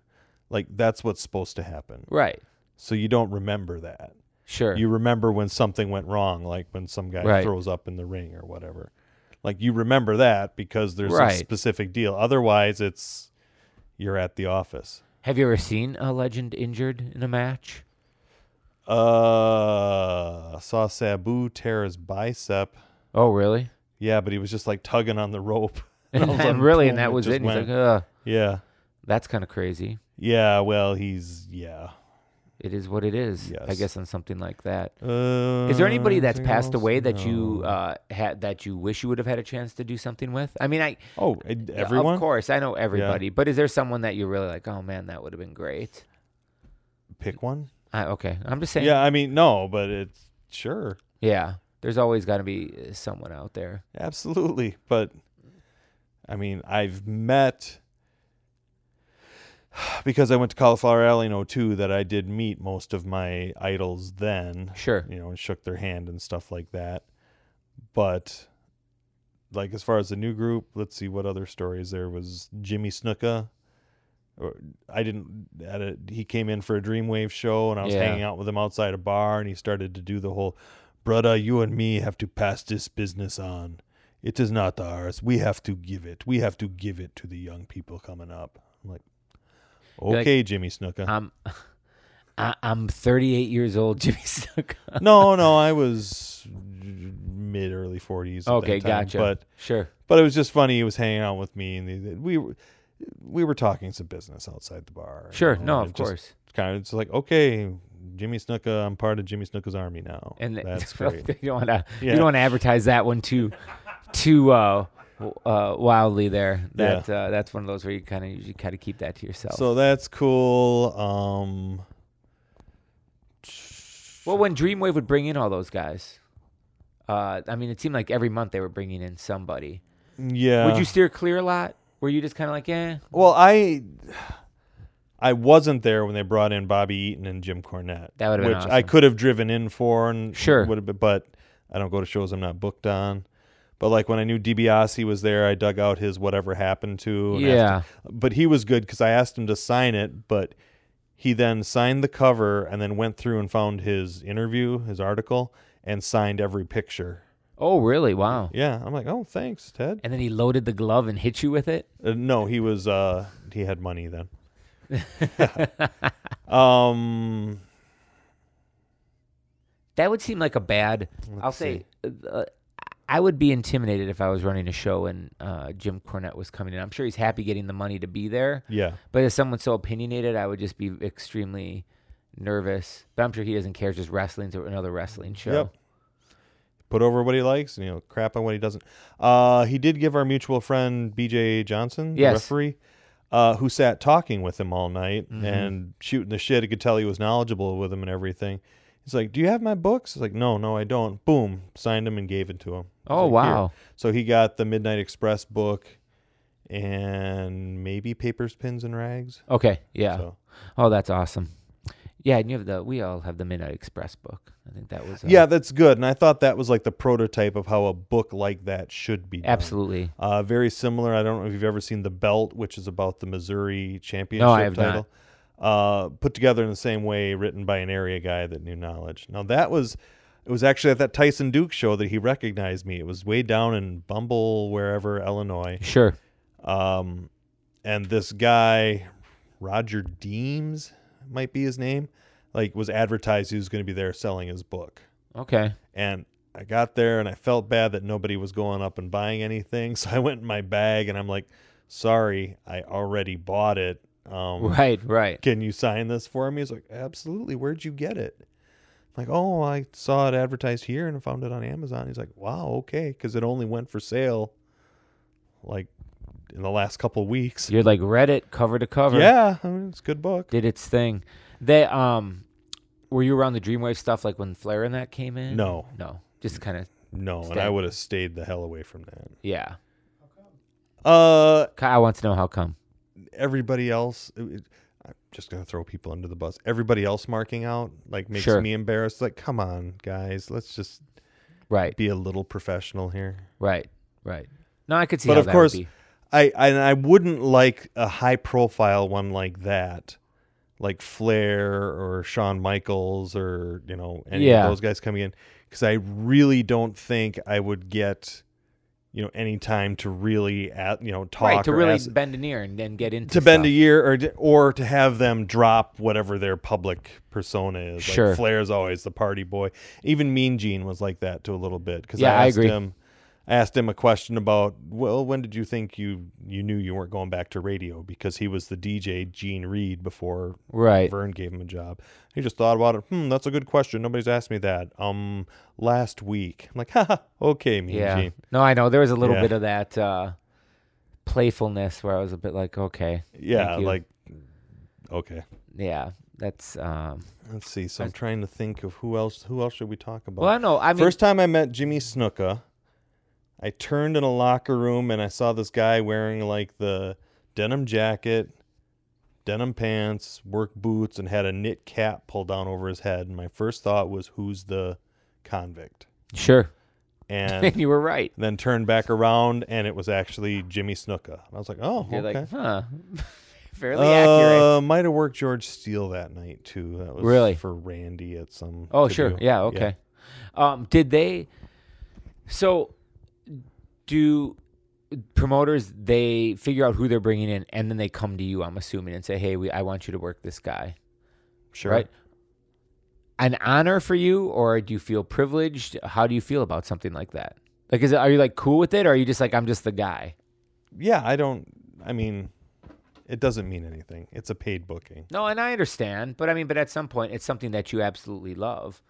Speaker 1: like that's what's supposed to happen.
Speaker 2: right,
Speaker 1: So you don't remember that.
Speaker 2: sure,
Speaker 1: You remember when something went wrong, like when some guy
Speaker 2: Right.
Speaker 1: throws up in the ring or whatever. like you remember that because there's
Speaker 2: Right.
Speaker 1: a specific deal. Otherwise, it's you're at the office.
Speaker 2: Have you ever seen a legend injured in a match?
Speaker 1: Uh, saw Sabu tear his bicep.
Speaker 2: Oh, really?
Speaker 1: Yeah, but he was just like tugging on the rope.
Speaker 2: And,
Speaker 1: all of a
Speaker 2: then
Speaker 1: sudden,
Speaker 2: really, and
Speaker 1: boom,
Speaker 2: that was
Speaker 1: just
Speaker 2: it. And he's
Speaker 1: went.
Speaker 2: like, Ugh,
Speaker 1: yeah,
Speaker 2: that's kind of crazy.
Speaker 1: yeah. Well, he's yeah.
Speaker 2: It is what it is. I
Speaker 1: Yes.
Speaker 2: guess on something like that.
Speaker 1: Uh,
Speaker 2: Is there anybody that's
Speaker 1: anything
Speaker 2: passed
Speaker 1: else?
Speaker 2: away that you
Speaker 1: No.
Speaker 2: uh, had that you wish you would have had a chance to do something with? I mean, I
Speaker 1: oh, and everyone.
Speaker 2: Of course, I know everybody, but is there someone that you're really like? Oh man, that would have been great.
Speaker 1: Pick one.
Speaker 2: I, okay, I'm just saying.
Speaker 1: Yeah, I mean, no, but it's sure,
Speaker 2: yeah. There's always got to be uh, someone out there.
Speaker 1: absolutely. But I mean, I've met because I went to Cauliflower Alley in 02 that I did meet most of my idols then,
Speaker 2: Sure.
Speaker 1: you know, and shook their hand and stuff like that. But like as far as the new group, let's see what other stories there was. Jimmy Snuka. Or I didn't. At a, he came in for a Dreamwave show, and I was
Speaker 2: Yeah.
Speaker 1: hanging out with him outside a bar, and he started to do the whole, "Brada, you and me have to pass this business on. It is not ours. We have to give it. We have to give it to the young people coming up." I'm like,
Speaker 2: like,
Speaker 1: "Okay, Jimmy Snuka."
Speaker 2: I'm I, I'm 38 years old, Jimmy Snuka.
Speaker 1: no, no, I was mid early forties.
Speaker 2: okay,
Speaker 1: that time,
Speaker 2: gotcha.
Speaker 1: But
Speaker 2: sure.
Speaker 1: but it was just funny. He was hanging out with me, and he- we were we were talking some business outside the bar. you
Speaker 2: Sure.
Speaker 1: know,
Speaker 2: No,
Speaker 1: and
Speaker 2: of
Speaker 1: it just
Speaker 2: course.
Speaker 1: Kind of, it's like okay, Jimmy Snuka. I'm part of Jimmy Snuka's army now,
Speaker 2: And th-
Speaker 1: that's great.
Speaker 2: you don't want to you
Speaker 1: Yeah.
Speaker 2: don't want to advertise that one too too uh, w- uh, wildly there. That uh, that's one of those where you kind of usually kind of keep that to yourself.
Speaker 1: so that's cool. Um,
Speaker 2: Well, when Dreamwave would bring in all those guys, uh, I mean, it seemed like every month they were bringing in somebody.
Speaker 1: yeah.
Speaker 2: Would you steer clear a lot? Were you just kind of like, eh?
Speaker 1: well, I. I wasn't there when they brought in Bobby Eaton and Jim Cornette.
Speaker 2: That would've been
Speaker 1: which I
Speaker 2: awesome.
Speaker 1: could have driven in for and
Speaker 2: Sure.
Speaker 1: would have been, but I don't go to shows I'm not booked on. But like when I knew DiBiase was there, I dug out his "Whatever Happened to." and asked
Speaker 2: Yeah.
Speaker 1: but he was good because I asked him to sign it, but he then signed the cover and then went through and found his interview, his article, and signed every picture.
Speaker 2: Oh, really? Wow.
Speaker 1: Yeah, I'm like, oh, thanks, Ted.
Speaker 2: And then he loaded the glove and hit you with it.
Speaker 1: Uh, no, he was uh, he had money then. um,
Speaker 2: That would seem like a bad. I'll say, uh, I would be intimidated if I was running a show and uh, Jim Cornette was coming in. I'm sure he's happy getting the money to be there,
Speaker 1: yeah,
Speaker 2: but as someone so opinionated, I would just be extremely nervous. But I'm sure he doesn't care. It's just wrestling's another wrestling show.
Speaker 1: Yep. put over what he likes and you know crap on what he doesn't. Uh, he did give our mutual friend B.J. Johnson, the
Speaker 2: Yes.
Speaker 1: referee, uh, who sat talking with him all night
Speaker 2: Mm-hmm.
Speaker 1: and shooting the shit. He could tell he was knowledgeable with him and everything. He's like, "Do you have my books?" He's like, "No, no, I don't." Boom, signed him and gave it to him. He's
Speaker 2: Oh,
Speaker 1: like, "Here."
Speaker 2: wow.
Speaker 1: So he got the Midnight Express book and maybe papers, pins, and rags.
Speaker 2: Okay. Yeah.
Speaker 1: So.
Speaker 2: Oh, that's awesome. Yeah, and you have the we all have the Midnight Express book. I think that was uh,
Speaker 1: Yeah, that's good. And I thought that was like the prototype of how a book like that should be. Done.
Speaker 2: absolutely.
Speaker 1: Uh, very similar. I don't know if you've ever seen the belt, which is about the Missouri championship
Speaker 2: No, I have
Speaker 1: title. Uh, put together in the same way, written by an area guy that knew knowledge. Now that was, it was actually at that Tyson Duke show that he recognized me. It was way down in Bumble, wherever Illinois.
Speaker 2: Sure.
Speaker 1: Um, and this guy, Roger Deems, might be his name, like was advertised he was going to be there selling his book.
Speaker 2: Okay.
Speaker 1: And I got there and I felt bad that nobody was going up and buying anything. So I went in my bag and I'm like, sorry, I already bought it. Um,
Speaker 2: Right. Right.
Speaker 1: Can you sign this for me? He's like, absolutely. Where'd you get it? I'm like, oh, I saw it advertised here and found it on Amazon. He's like, wow, okay. Because it only went for sale like in the last couple weeks.
Speaker 2: You're like Reddit cover to cover.
Speaker 1: Yeah, I mean, it's a good book.
Speaker 2: Did its thing. They um, were you around the Dreamwave stuff like when Flair and that came in?
Speaker 1: No.
Speaker 2: No. Just kind of
Speaker 1: No, and I
Speaker 2: Stan-
Speaker 1: would have stayed the hell away from that.
Speaker 2: yeah.
Speaker 1: Uh,
Speaker 2: Ki- I want to know how come.
Speaker 1: everybody else it- it- I'm just gonna throw people under the bus. Everybody else marking out like makes
Speaker 2: Sure.
Speaker 1: me embarrassed. Like, come on, guys, let's just
Speaker 2: Right.
Speaker 1: be a little professional here.
Speaker 2: Right. Right. No, I could see.
Speaker 1: But
Speaker 2: how
Speaker 1: of
Speaker 2: that would
Speaker 1: course,
Speaker 2: be.
Speaker 1: I, I and I wouldn't like a high profile one like that, like Flair or Shawn Michaels or you know any
Speaker 2: Yeah.
Speaker 1: of those guys coming in, because I really don't think I would get you know any time to really at you know talk
Speaker 2: right to
Speaker 1: or
Speaker 2: really
Speaker 1: ask-
Speaker 2: bend an ear and then get into
Speaker 1: to bend a
Speaker 2: stuff.
Speaker 1: year or d- or to have them drop whatever their public persona is.
Speaker 2: Sure.
Speaker 1: Like Flair's always the party boy. Even Mean Gene was like that to a little bit because
Speaker 2: Yeah,
Speaker 1: I
Speaker 2: I
Speaker 1: asked
Speaker 2: agree.
Speaker 1: him I asked him a question about well when did you think you you knew you weren't going back to radio because he was the DJ Gene Reed before
Speaker 2: Right.
Speaker 1: Vern gave him a job. He just thought about it. Hmm, that's a good question. Nobody's asked me that. Um, last week I'm like, haha, okay, Mean
Speaker 2: Yeah.
Speaker 1: Gene.
Speaker 2: No, I know there was a little
Speaker 1: Yeah.
Speaker 2: bit of that uh, playfulness where I was a bit like, okay,
Speaker 1: Yeah,
Speaker 2: you.
Speaker 1: like okay.
Speaker 2: yeah, that's. Um,
Speaker 1: Let's see. So I'm trying to think of who else. Who else should we talk about?
Speaker 2: well, I know. I mean,
Speaker 1: First time I met Jimmy Snuka, I turned in a locker room and I saw this guy wearing like the denim jacket, denim pants, work boots, and had a knit cap pulled down over his head. And my first thought was, "Who's the convict?"
Speaker 2: sure. And
Speaker 1: And
Speaker 2: you were right.
Speaker 1: then turned back around, and it was actually Jimmy Snuka. And I was like, "Oh,
Speaker 2: You're
Speaker 1: okay."
Speaker 2: like, huh. Fairly accurate.
Speaker 1: Uh, might have worked George Steele that night too. That was
Speaker 2: Really?
Speaker 1: for Randy at some.
Speaker 2: Oh,
Speaker 1: to
Speaker 2: sure.
Speaker 1: do.
Speaker 2: Yeah. Okay. Um, did they? So, do promoters they figure out who they're bringing in, and then they come to you? I'm assuming and say, "Hey, we, I want you to work this guy."
Speaker 1: sure.
Speaker 2: Right. An honor for you, or do you feel privileged? How do you feel about something like that? Like, is it, are you like cool with it, or are you just like I'm just the guy?
Speaker 1: yeah, I don't. I mean, it doesn't mean anything. It's a paid booking.
Speaker 2: No, and I understand, but I mean, but at some point, it's something that you absolutely love.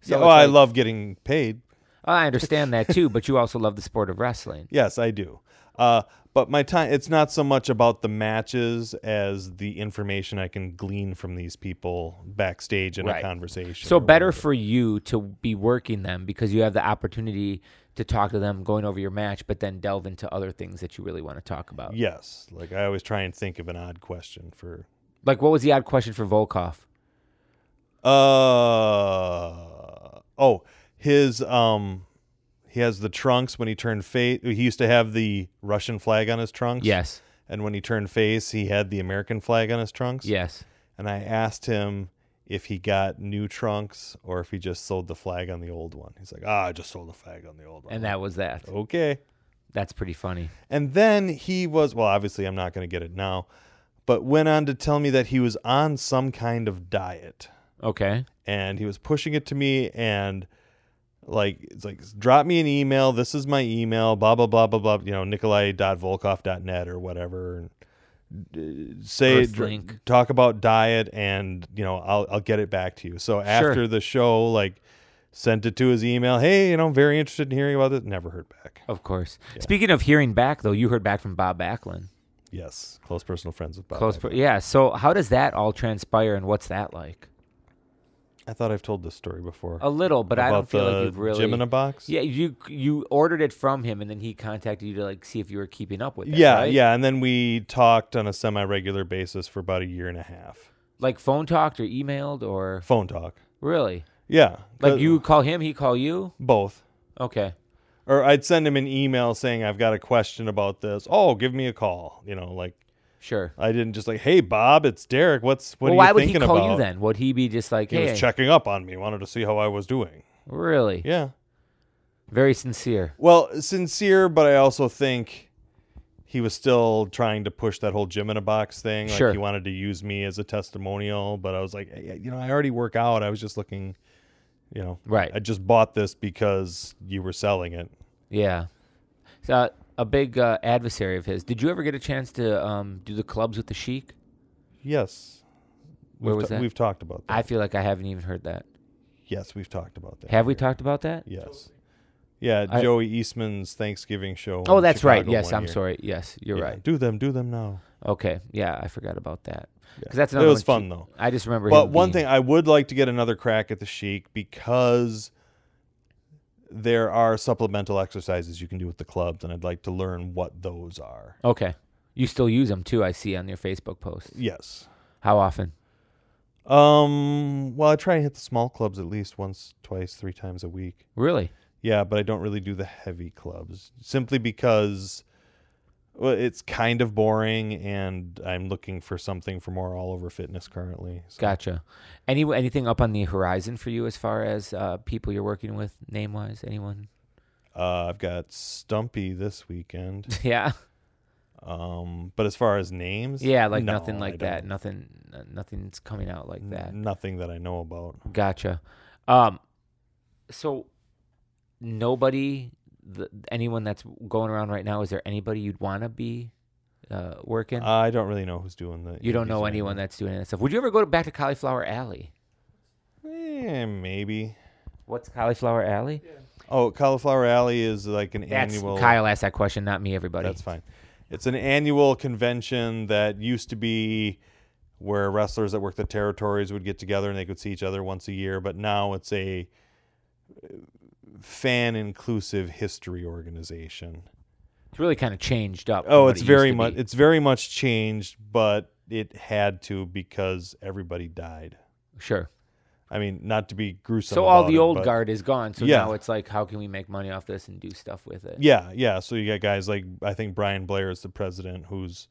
Speaker 1: So,
Speaker 2: So
Speaker 1: oh,
Speaker 2: it's
Speaker 1: I
Speaker 2: like-
Speaker 1: love getting paid.
Speaker 2: I understand that too, but you also love the sport of wrestling.
Speaker 1: Yes, I do. Uh, but my time, it's not so much about the matches as the information I can glean from these people backstage in
Speaker 2: Right.
Speaker 1: a conversation.
Speaker 2: So
Speaker 1: or
Speaker 2: better
Speaker 1: whatever.
Speaker 2: for you to be working them because you have the opportunity to talk to them, going over your match, but then delve into other things that you really want to talk about.
Speaker 1: Yes. Like I always try and think of an odd question for.
Speaker 2: Like, what was the odd question for Volkov?
Speaker 1: Uh, oh, his. um. He has the trunks when he turned face. He used to have the Russian flag on his trunks.
Speaker 2: Yes,
Speaker 1: And when he turned face, he had the American flag on his trunks.
Speaker 2: yes.
Speaker 1: And I asked him if he got new trunks or if he just sold the flag on the old one. He's like, ah, I just sold the flag on the old one.
Speaker 2: And that was that.
Speaker 1: okay.
Speaker 2: That's pretty funny.
Speaker 1: And then he was, well, obviously I'm not going to get it now, but went on to tell me that he was on some kind of diet
Speaker 2: Okay.
Speaker 1: and he was pushing it to me and like it's like drop me an email this is my email blah blah blah blah blah you know nikolai.volkoff.net or whatever and uh, say dr-
Speaker 2: Earthlink.
Speaker 1: talk about diet and you know I'll I'll get it back to you so after the show like sent it to his email hey you know I'm very interested in hearing about this never heard back
Speaker 2: Of course. Speaking of hearing back, though, you heard back from Bob Backlund.
Speaker 1: yes close personal friends with Bob
Speaker 2: Close.
Speaker 1: Iger.
Speaker 2: pro- yeah. So how does that all transpire, and what's that like?
Speaker 1: I thought I've told this story before
Speaker 2: A little, but I don't
Speaker 1: about
Speaker 2: feel
Speaker 1: the
Speaker 2: like you've really.
Speaker 1: gym in a box
Speaker 2: yeah, you you ordered it from him, and then he contacted you to like see if you were keeping up with it.
Speaker 1: Yeah,
Speaker 2: right?
Speaker 1: yeah, and then we talked on a semi-regular basis for about a year and a half.
Speaker 2: Like phone talked or emailed or
Speaker 1: Phone talk.
Speaker 2: Really?
Speaker 1: Yeah,
Speaker 2: Like
Speaker 1: but-
Speaker 2: you would call him, he call you?
Speaker 1: both.
Speaker 2: Okay.
Speaker 1: Or I'd send him an email saying I've got a question about this. Oh, give me a call. You know, like
Speaker 2: Sure.
Speaker 1: I didn't just like, hey Bob, it's Derek. What's what
Speaker 2: well,
Speaker 1: are you
Speaker 2: why would he
Speaker 1: thinking
Speaker 2: call you
Speaker 1: about?"
Speaker 2: then? Would he be just like,
Speaker 1: He
Speaker 2: hey,
Speaker 1: was checking up on me, wanted to see how I was doing.
Speaker 2: really?
Speaker 1: Yeah.
Speaker 2: Very sincere.
Speaker 1: Well, sincere, but I also think he was still trying to push that whole gym in a box thing. Like
Speaker 2: Sure.
Speaker 1: he wanted to use me as a testimonial, but I was like, "Hey, you know, I already work out. I was just looking, you know,
Speaker 2: Right.
Speaker 1: I just bought this because you were selling it.
Speaker 2: Yeah. So, uh, a big uh, adversary of his. Did you ever get a chance to um, do the clubs with the Sheik?
Speaker 1: Yes.
Speaker 2: Where
Speaker 1: we've
Speaker 2: was that?
Speaker 1: We've talked about that.
Speaker 2: I feel like I haven't even heard that.
Speaker 1: yes, we've talked about that.
Speaker 2: Have we
Speaker 1: here.
Speaker 2: talked about that?
Speaker 1: Yes. Yeah,
Speaker 2: I-
Speaker 1: Joey Eastman's Thanksgiving show.
Speaker 2: Oh,
Speaker 1: in
Speaker 2: that's right.
Speaker 1: Chicago
Speaker 2: Yes,
Speaker 1: one
Speaker 2: I'm
Speaker 1: year.
Speaker 2: sorry. Yes, you're
Speaker 1: Yeah,
Speaker 2: right.
Speaker 1: Do them, do them now.
Speaker 2: Okay. Yeah, I forgot about that.
Speaker 1: Yeah.
Speaker 2: Because that's
Speaker 1: It
Speaker 2: another
Speaker 1: was
Speaker 2: one
Speaker 1: fun, though.
Speaker 2: I just remember.
Speaker 1: But
Speaker 2: him
Speaker 1: one
Speaker 2: being-
Speaker 1: thing I would like to get another crack at the Sheik because there are supplemental exercises you can do with the clubs, and I'd like to learn what those are.
Speaker 2: Okay. You still use them too. I see on your Facebook posts.
Speaker 1: Yes.
Speaker 2: How often?
Speaker 1: Um. Well, I try and hit the small clubs at least once, twice, three times a week.
Speaker 2: Really?
Speaker 1: Yeah, but I don't really do the heavy clubs simply because well, it's kind of boring, and I'm looking for something for more all over fitness currently. So.
Speaker 2: Gotcha. Any anything up on the horizon for you as far as uh, people you're working with, name wise? Anyone?
Speaker 1: Uh, I've got Stumpy this weekend.
Speaker 2: yeah.
Speaker 1: Um, but as far as names,
Speaker 2: Yeah, like
Speaker 1: no,
Speaker 2: nothing
Speaker 1: I
Speaker 2: like that.
Speaker 1: don't.
Speaker 2: Nothing n- nothing's coming out like
Speaker 1: N-
Speaker 2: that.
Speaker 1: Nothing that I know about.
Speaker 2: Gotcha. Um so nobody th- anyone that's going around right now is there anybody you'd want to be uh working?
Speaker 1: I don't really know who's doing the.
Speaker 2: you don't
Speaker 1: indie
Speaker 2: know
Speaker 1: thing.
Speaker 2: anyone that's doing that stuff. Would you ever go to, back to Cauliflower Alley?
Speaker 1: Eh, maybe.
Speaker 2: What's Cauliflower Alley?
Speaker 1: Oh, Cauliflower Alley is like an
Speaker 2: That's
Speaker 1: annual.
Speaker 2: Kyle asked that question, not me, everybody.
Speaker 1: That's fine. It's an annual convention that used to be where wrestlers that work the territories would get together and they could see each other once a year, but now it's a fan inclusive history organization.
Speaker 2: It's really kind of changed up. from
Speaker 1: Oh,
Speaker 2: what
Speaker 1: it's
Speaker 2: it used
Speaker 1: very
Speaker 2: to
Speaker 1: much
Speaker 2: be.
Speaker 1: it's very much changed, but it had to because everybody died.
Speaker 2: sure.
Speaker 1: I mean, not to be gruesome.
Speaker 2: So all
Speaker 1: about
Speaker 2: the
Speaker 1: it,
Speaker 2: old
Speaker 1: but-
Speaker 2: guard is gone. So
Speaker 1: Yeah.
Speaker 2: now it's like, how can we make money off this and do stuff with it?
Speaker 1: Yeah, yeah. So you got guys like I think Brian Blair is the president, who's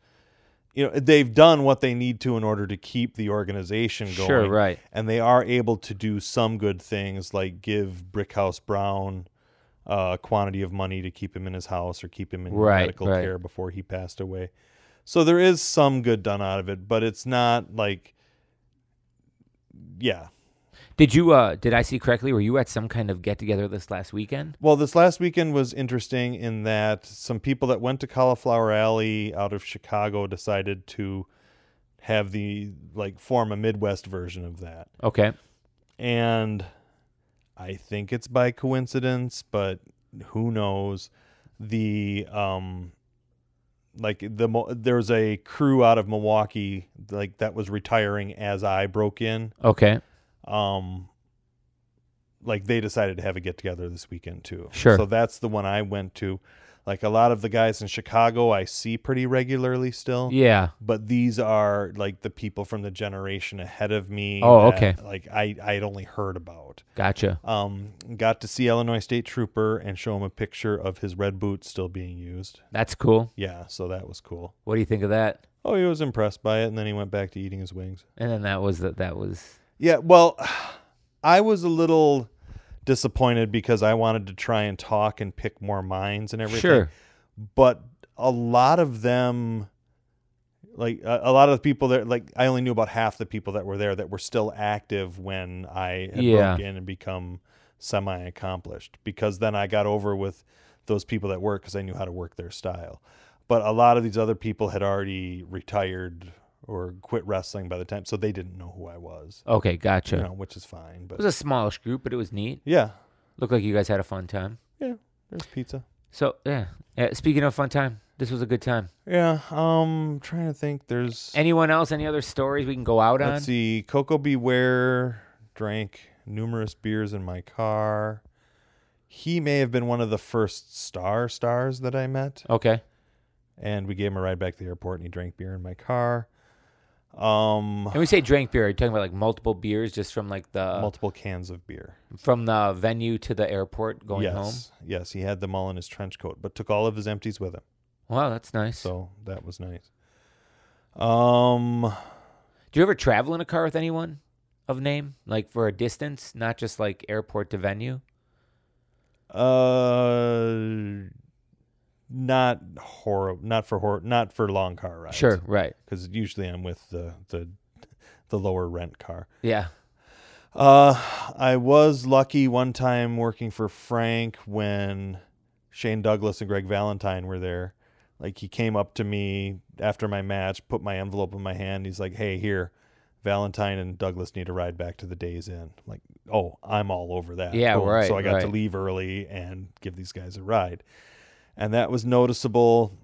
Speaker 1: you know they've done what they need to in order to keep the organization going.
Speaker 2: Sure, right.
Speaker 1: And they are able to do some good things like give Brickhouse Brown uh, a quantity of money to keep him in his house or keep him in
Speaker 2: Right,
Speaker 1: medical
Speaker 2: right.
Speaker 1: care before he passed away. So there is some good done out of it, but it's not like yeah,
Speaker 2: Did you? uh Did I see correctly? Were you at some kind of get together this last weekend?
Speaker 1: Well, this last weekend was interesting in that some people that went to Cauliflower Alley out of Chicago decided to have the like form a Midwest version of that.
Speaker 2: Okay.
Speaker 1: And I think it's by coincidence, but who knows? The um like the Mo- there's a crew out of Milwaukee like that was retiring as I broke in.
Speaker 2: Okay.
Speaker 1: Um like they decided to have a get together this weekend too.
Speaker 2: Sure.
Speaker 1: So that's the one I went to. Like a lot of the guys in Chicago I see pretty regularly still.
Speaker 2: Yeah.
Speaker 1: But these are like the people from the generation ahead of me.
Speaker 2: Oh,
Speaker 1: that,
Speaker 2: okay.
Speaker 1: Like I I had only heard about.
Speaker 2: Gotcha.
Speaker 1: Um, got to see Illinois State Trooper and show him a picture of his red boots still being used.
Speaker 2: That's cool.
Speaker 1: Yeah, so that was cool.
Speaker 2: What do you think of that?
Speaker 1: Oh, he was impressed by it, and then he went back to eating his wings.
Speaker 2: And then that was that. That was
Speaker 1: Yeah, well, I was a little disappointed because I wanted to try and talk and pick more minds and everything.
Speaker 2: sure.
Speaker 1: But a lot of them, like a, a lot of the people that, like, I only knew about half the people that were there that were still active when I had
Speaker 2: Yeah.
Speaker 1: broke in and become semi accomplished because then I got over with those people that work because I knew how to work their style. But a lot of these other people had already retired or quit wrestling by the time, so they didn't know who I was
Speaker 2: Okay. Gotcha.
Speaker 1: you know, which is fine.
Speaker 2: It
Speaker 1: But
Speaker 2: was a smallish group, but it was neat.
Speaker 1: yeah,
Speaker 2: Looked like you guys had a fun time.
Speaker 1: yeah, there's pizza.
Speaker 2: So yeah. Uh, speaking of fun time, this was a good time.
Speaker 1: Yeah, um, trying to think. There's
Speaker 2: Anyone else? Any other stories we can go out on?
Speaker 1: let's see, Coco Beware drank numerous beers in my car. He may have been one of the first star stars that I met,
Speaker 2: Okay.
Speaker 1: and we gave him a ride back to the airport, and he drank beer in my car. Um,
Speaker 2: And we say drank beer. Are you talking about like multiple beers just from like the
Speaker 1: multiple cans of beer.
Speaker 2: from the venue to the airport going
Speaker 1: yes,
Speaker 2: home?
Speaker 1: yes, he had them all in his trench coat, but took all of his empties with him.
Speaker 2: Wow, that's nice.
Speaker 1: So that was nice. Um,
Speaker 2: Do you ever travel in a car with anyone of name, like for a distance, not just like airport to venue?
Speaker 1: Uh, not horror, not for horror, not for long car rides.
Speaker 2: Sure, right.
Speaker 1: because usually I'm with the the the lower rent car.
Speaker 2: Yeah.
Speaker 1: Uh, I was lucky one time working for Frank when Shane Douglas and Greg Valentine were there. Like he came up to me after my match, put my envelope in my hand. He's like, "Hey, here, Valentine and Douglas need a ride back to the Days Inn." I'm like, oh, I'm all over that.
Speaker 2: Yeah, right,
Speaker 1: So I got to
Speaker 2: right.
Speaker 1: leave early and give these guys a ride, and that was noticeable.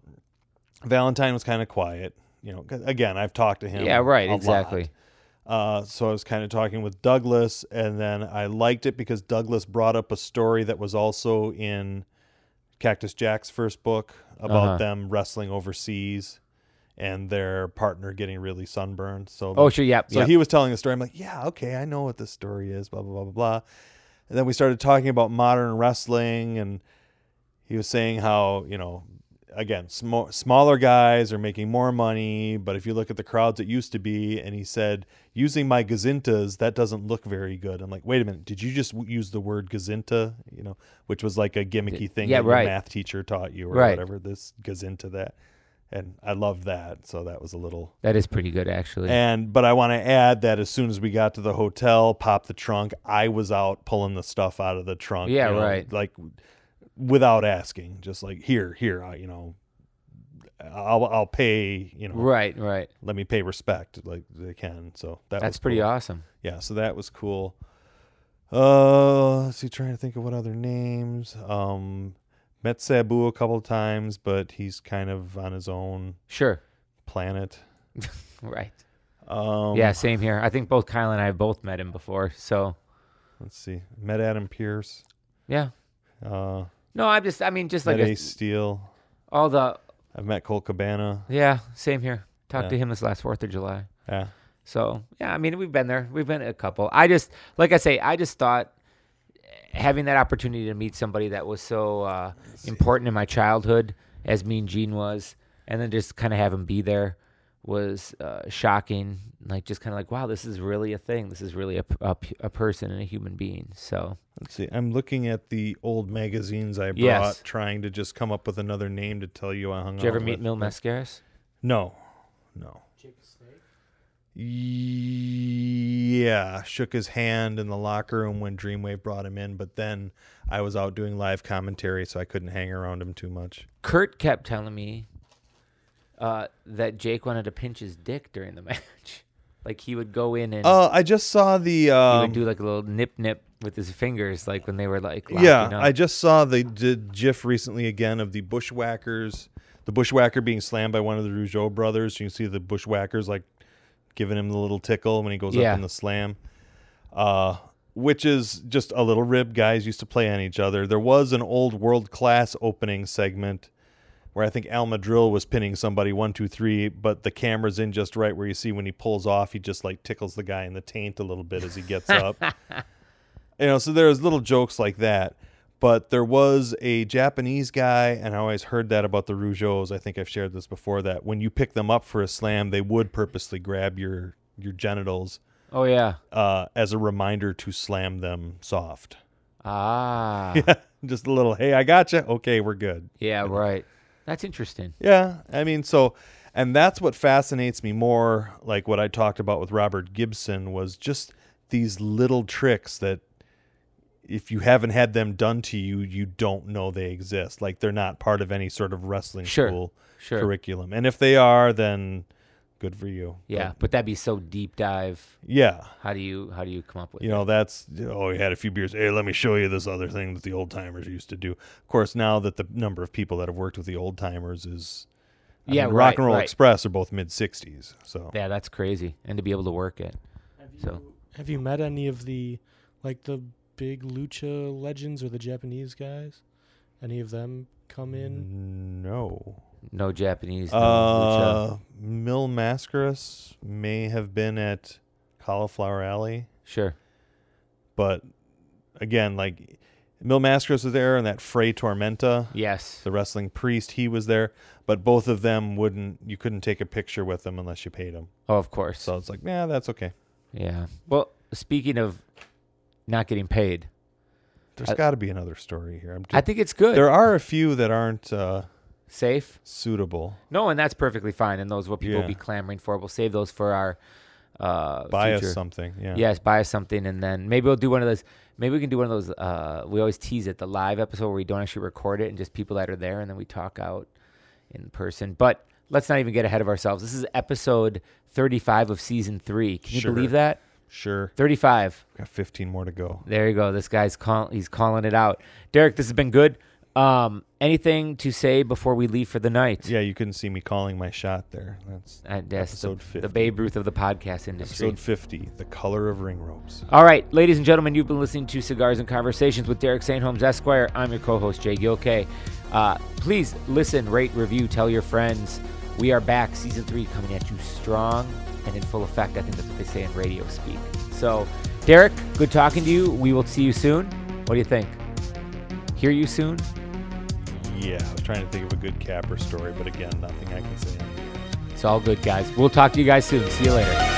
Speaker 1: Valentine was kind of quiet. You know, 'cause again, I've talked to him.
Speaker 2: yeah, right,
Speaker 1: a lot.
Speaker 2: exactly.
Speaker 1: Uh, so I was kind of talking with Douglas, and then I liked it because Douglas brought up a story that was also in Cactus Jack's first book about
Speaker 2: Uh-huh.
Speaker 1: them wrestling overseas and their partner getting really sunburned. So
Speaker 2: Oh, sure, yep.
Speaker 1: so
Speaker 2: yep.
Speaker 1: he was telling the story. I'm like, yeah, okay, I know what this story is, blah, blah, blah, blah, blah. And then we started talking about modern wrestling, and he was saying how, you know, again, sm- smaller guys are making more money, but if you look at the crowds it used to be, and he said, using my gazintas, that doesn't look very good. I'm like, wait a minute, did you just w- use the word gazinta? You know, which was like a gimmicky thing
Speaker 2: yeah,
Speaker 1: that your
Speaker 2: right.
Speaker 1: math teacher taught you or
Speaker 2: Right.
Speaker 1: whatever, this gazinta that. And I loved that. So that was a little
Speaker 2: That is pretty good, actually.
Speaker 1: and but I want to add that as soon as we got to the hotel, pop the trunk, I was out pulling the stuff out of the trunk.
Speaker 2: Yeah,
Speaker 1: you know,
Speaker 2: right.
Speaker 1: Like without asking, just like here, here, I, you know, I'll I'll pay, you know,
Speaker 2: right, right.
Speaker 1: let me pay respect like they can. So that
Speaker 2: That's
Speaker 1: was
Speaker 2: pretty
Speaker 1: cool.
Speaker 2: awesome.
Speaker 1: Yeah, so that was cool. Uh, let's see, trying to think of what other names. Um, met Sabu a couple of times, but he's kind of on his own
Speaker 2: Sure.
Speaker 1: planet.
Speaker 2: Right.
Speaker 1: Um,
Speaker 2: yeah, same here. I think both Kyle and I have both met him before. So,
Speaker 1: Let's see. Met Adam Pierce.
Speaker 2: yeah.
Speaker 1: Uh,
Speaker 2: No, I'm just, I mean, just like
Speaker 1: met
Speaker 2: a,
Speaker 1: Ace Steel.
Speaker 2: all the,
Speaker 1: I've met Cole Cabana.
Speaker 2: yeah, same here. Talked
Speaker 1: Yeah.
Speaker 2: to him this last 4th of July.
Speaker 1: Yeah.
Speaker 2: So, yeah, I mean, we've been there. We've been a couple. I just, like I say, I just thought having that opportunity to meet somebody that was so uh, important in my childhood, as Mean Gene was, and then just kind of have him be there was uh, shocking. Like, just kind of like, wow, this is really a thing. This is really a, p- a p- a person and a human being. So,
Speaker 1: Let's see. I'm looking at the old magazines I brought,
Speaker 2: Yes.
Speaker 1: trying to just come up with another name to tell you I hung
Speaker 2: did you ever
Speaker 1: out
Speaker 2: meet
Speaker 1: with.
Speaker 2: Mil Mascaris?
Speaker 1: No. No. Yeah, shook his hand in the locker room when Dreamwave brought him in, but then I was out doing live commentary, so I couldn't hang around him too much.
Speaker 2: Kurt kept telling me uh, that Jake wanted to pinch his dick during the match. like, he would go in and.
Speaker 1: Uh, I just saw the
Speaker 2: Hmm. he
Speaker 1: um,
Speaker 2: would do like a little nip nip with his fingers, like when they were like locking
Speaker 1: Yeah,
Speaker 2: up.
Speaker 1: I just saw the d- GIF recently again of the bushwhackers, the bushwhacker being slammed by one of the Rougeau brothers. You can see the bushwhackers like giving him the little tickle when he goes
Speaker 2: Yeah.
Speaker 1: up in the slam, uh, which is just a little rib guys used to play on each other. There was an old world class opening segment where I think Al Madrill was pinning somebody one two three, but the camera's in just right where you see when he pulls off, he just like tickles the guy in the taint a little bit as he gets up. You know, so there's little jokes like that. But there was a Japanese guy, and I always heard that about the Rougeaus. I think I've shared this before that when you pick them up for a slam, they would purposely grab your your genitals
Speaker 2: oh yeah,
Speaker 1: uh, as a reminder to slam them soft.
Speaker 2: ah,
Speaker 1: Just a little, hey, I gotcha. Okay, we're good.
Speaker 2: yeah, right. That's interesting.
Speaker 1: Yeah, I mean, so, and that's what fascinates me more. Like what I talked about with Robert Gibson was just these little tricks that, if you haven't had them done to you, you don't know they exist. Like they're not part of any sort of wrestling
Speaker 2: Sure,
Speaker 1: school
Speaker 2: sure.
Speaker 1: curriculum, and if they are, then good for you.
Speaker 2: Yeah,
Speaker 1: But,
Speaker 2: but that'd be so deep dive.
Speaker 1: yeah.
Speaker 2: How do you how do you come up with?
Speaker 1: You know, that's oh, he had a few beers. Hey, let me show you this other thing that the old timers used to do. Of course, now that the number of people that have worked with the old timers is I
Speaker 2: Yeah,
Speaker 1: mean,
Speaker 2: right,
Speaker 1: Rock and Roll
Speaker 2: right.
Speaker 1: Express are both mid '60s. So
Speaker 2: it? Yeah, that's crazy, and to be able to work it. So
Speaker 6: Have you met any of the like the big lucha legends or the Japanese guys? Any of them come in?
Speaker 1: no,
Speaker 2: no Japanese. No lucha.
Speaker 1: uh, Mil Mascaris may have been at Cauliflower Alley,
Speaker 2: Sure.
Speaker 1: but again, like Mil Mascaris was there, and that Frey Tormenta,
Speaker 2: Yes.
Speaker 1: the wrestling priest, he was there. But both of them wouldn't. You couldn't take a picture with them unless you paid them.
Speaker 2: Oh, of course.
Speaker 1: So it's like, yeah, that's okay.
Speaker 2: Yeah. Well, speaking of not getting paid,
Speaker 1: There's
Speaker 2: I-
Speaker 1: got to be another story here. I'm
Speaker 2: I
Speaker 1: just,
Speaker 2: think it's good.
Speaker 1: there are a few that aren't uh,
Speaker 2: safe.
Speaker 1: suitable.
Speaker 2: No, and that's perfectly fine. And those what people will
Speaker 1: Yeah.
Speaker 2: be clamoring for. We'll save those for our uh,
Speaker 1: Buy us
Speaker 2: future-
Speaker 1: something. Yeah.
Speaker 2: Yes, buy us something, and then maybe we'll do one of those. Maybe we can do one of those. Uh, we always tease it, the live episode where we don't actually record it, and just people that are there, and then we talk out in person. But let's not even get ahead of ourselves. This is episode thirty-five of season three. Can you
Speaker 1: Sure.
Speaker 2: believe that?
Speaker 1: Sure.
Speaker 2: Thirty-five.
Speaker 1: Got 15 more to go.
Speaker 2: There you go. This guy's call- he's calling it out. Derek, this has been good. Um, anything to say before we leave for the night?
Speaker 1: Yeah, you couldn't see me calling my shot there. That's
Speaker 2: And Uh, that's the,
Speaker 1: Episode 50.
Speaker 2: the Babe Ruth of the podcast industry.
Speaker 1: episode 50, The Color of Ring Ropes.
Speaker 2: All right, ladies and gentlemen, you've been listening to Cigars and Conversations with Derek St. Holmes Esquire. I'm your co-host Jay Gilkay. Uh, please listen, rate, review, tell your friends. We are back, season three, coming at you strong and in full effect. I think that's what they say in radio speak. So, Derek, good talking to you. We will see you soon. What do you think? Hear you soon?
Speaker 1: Yeah, I was trying to think of a good capper story, but again, nothing I can say.
Speaker 2: It's all good, guys. We'll talk to you guys soon. See you later.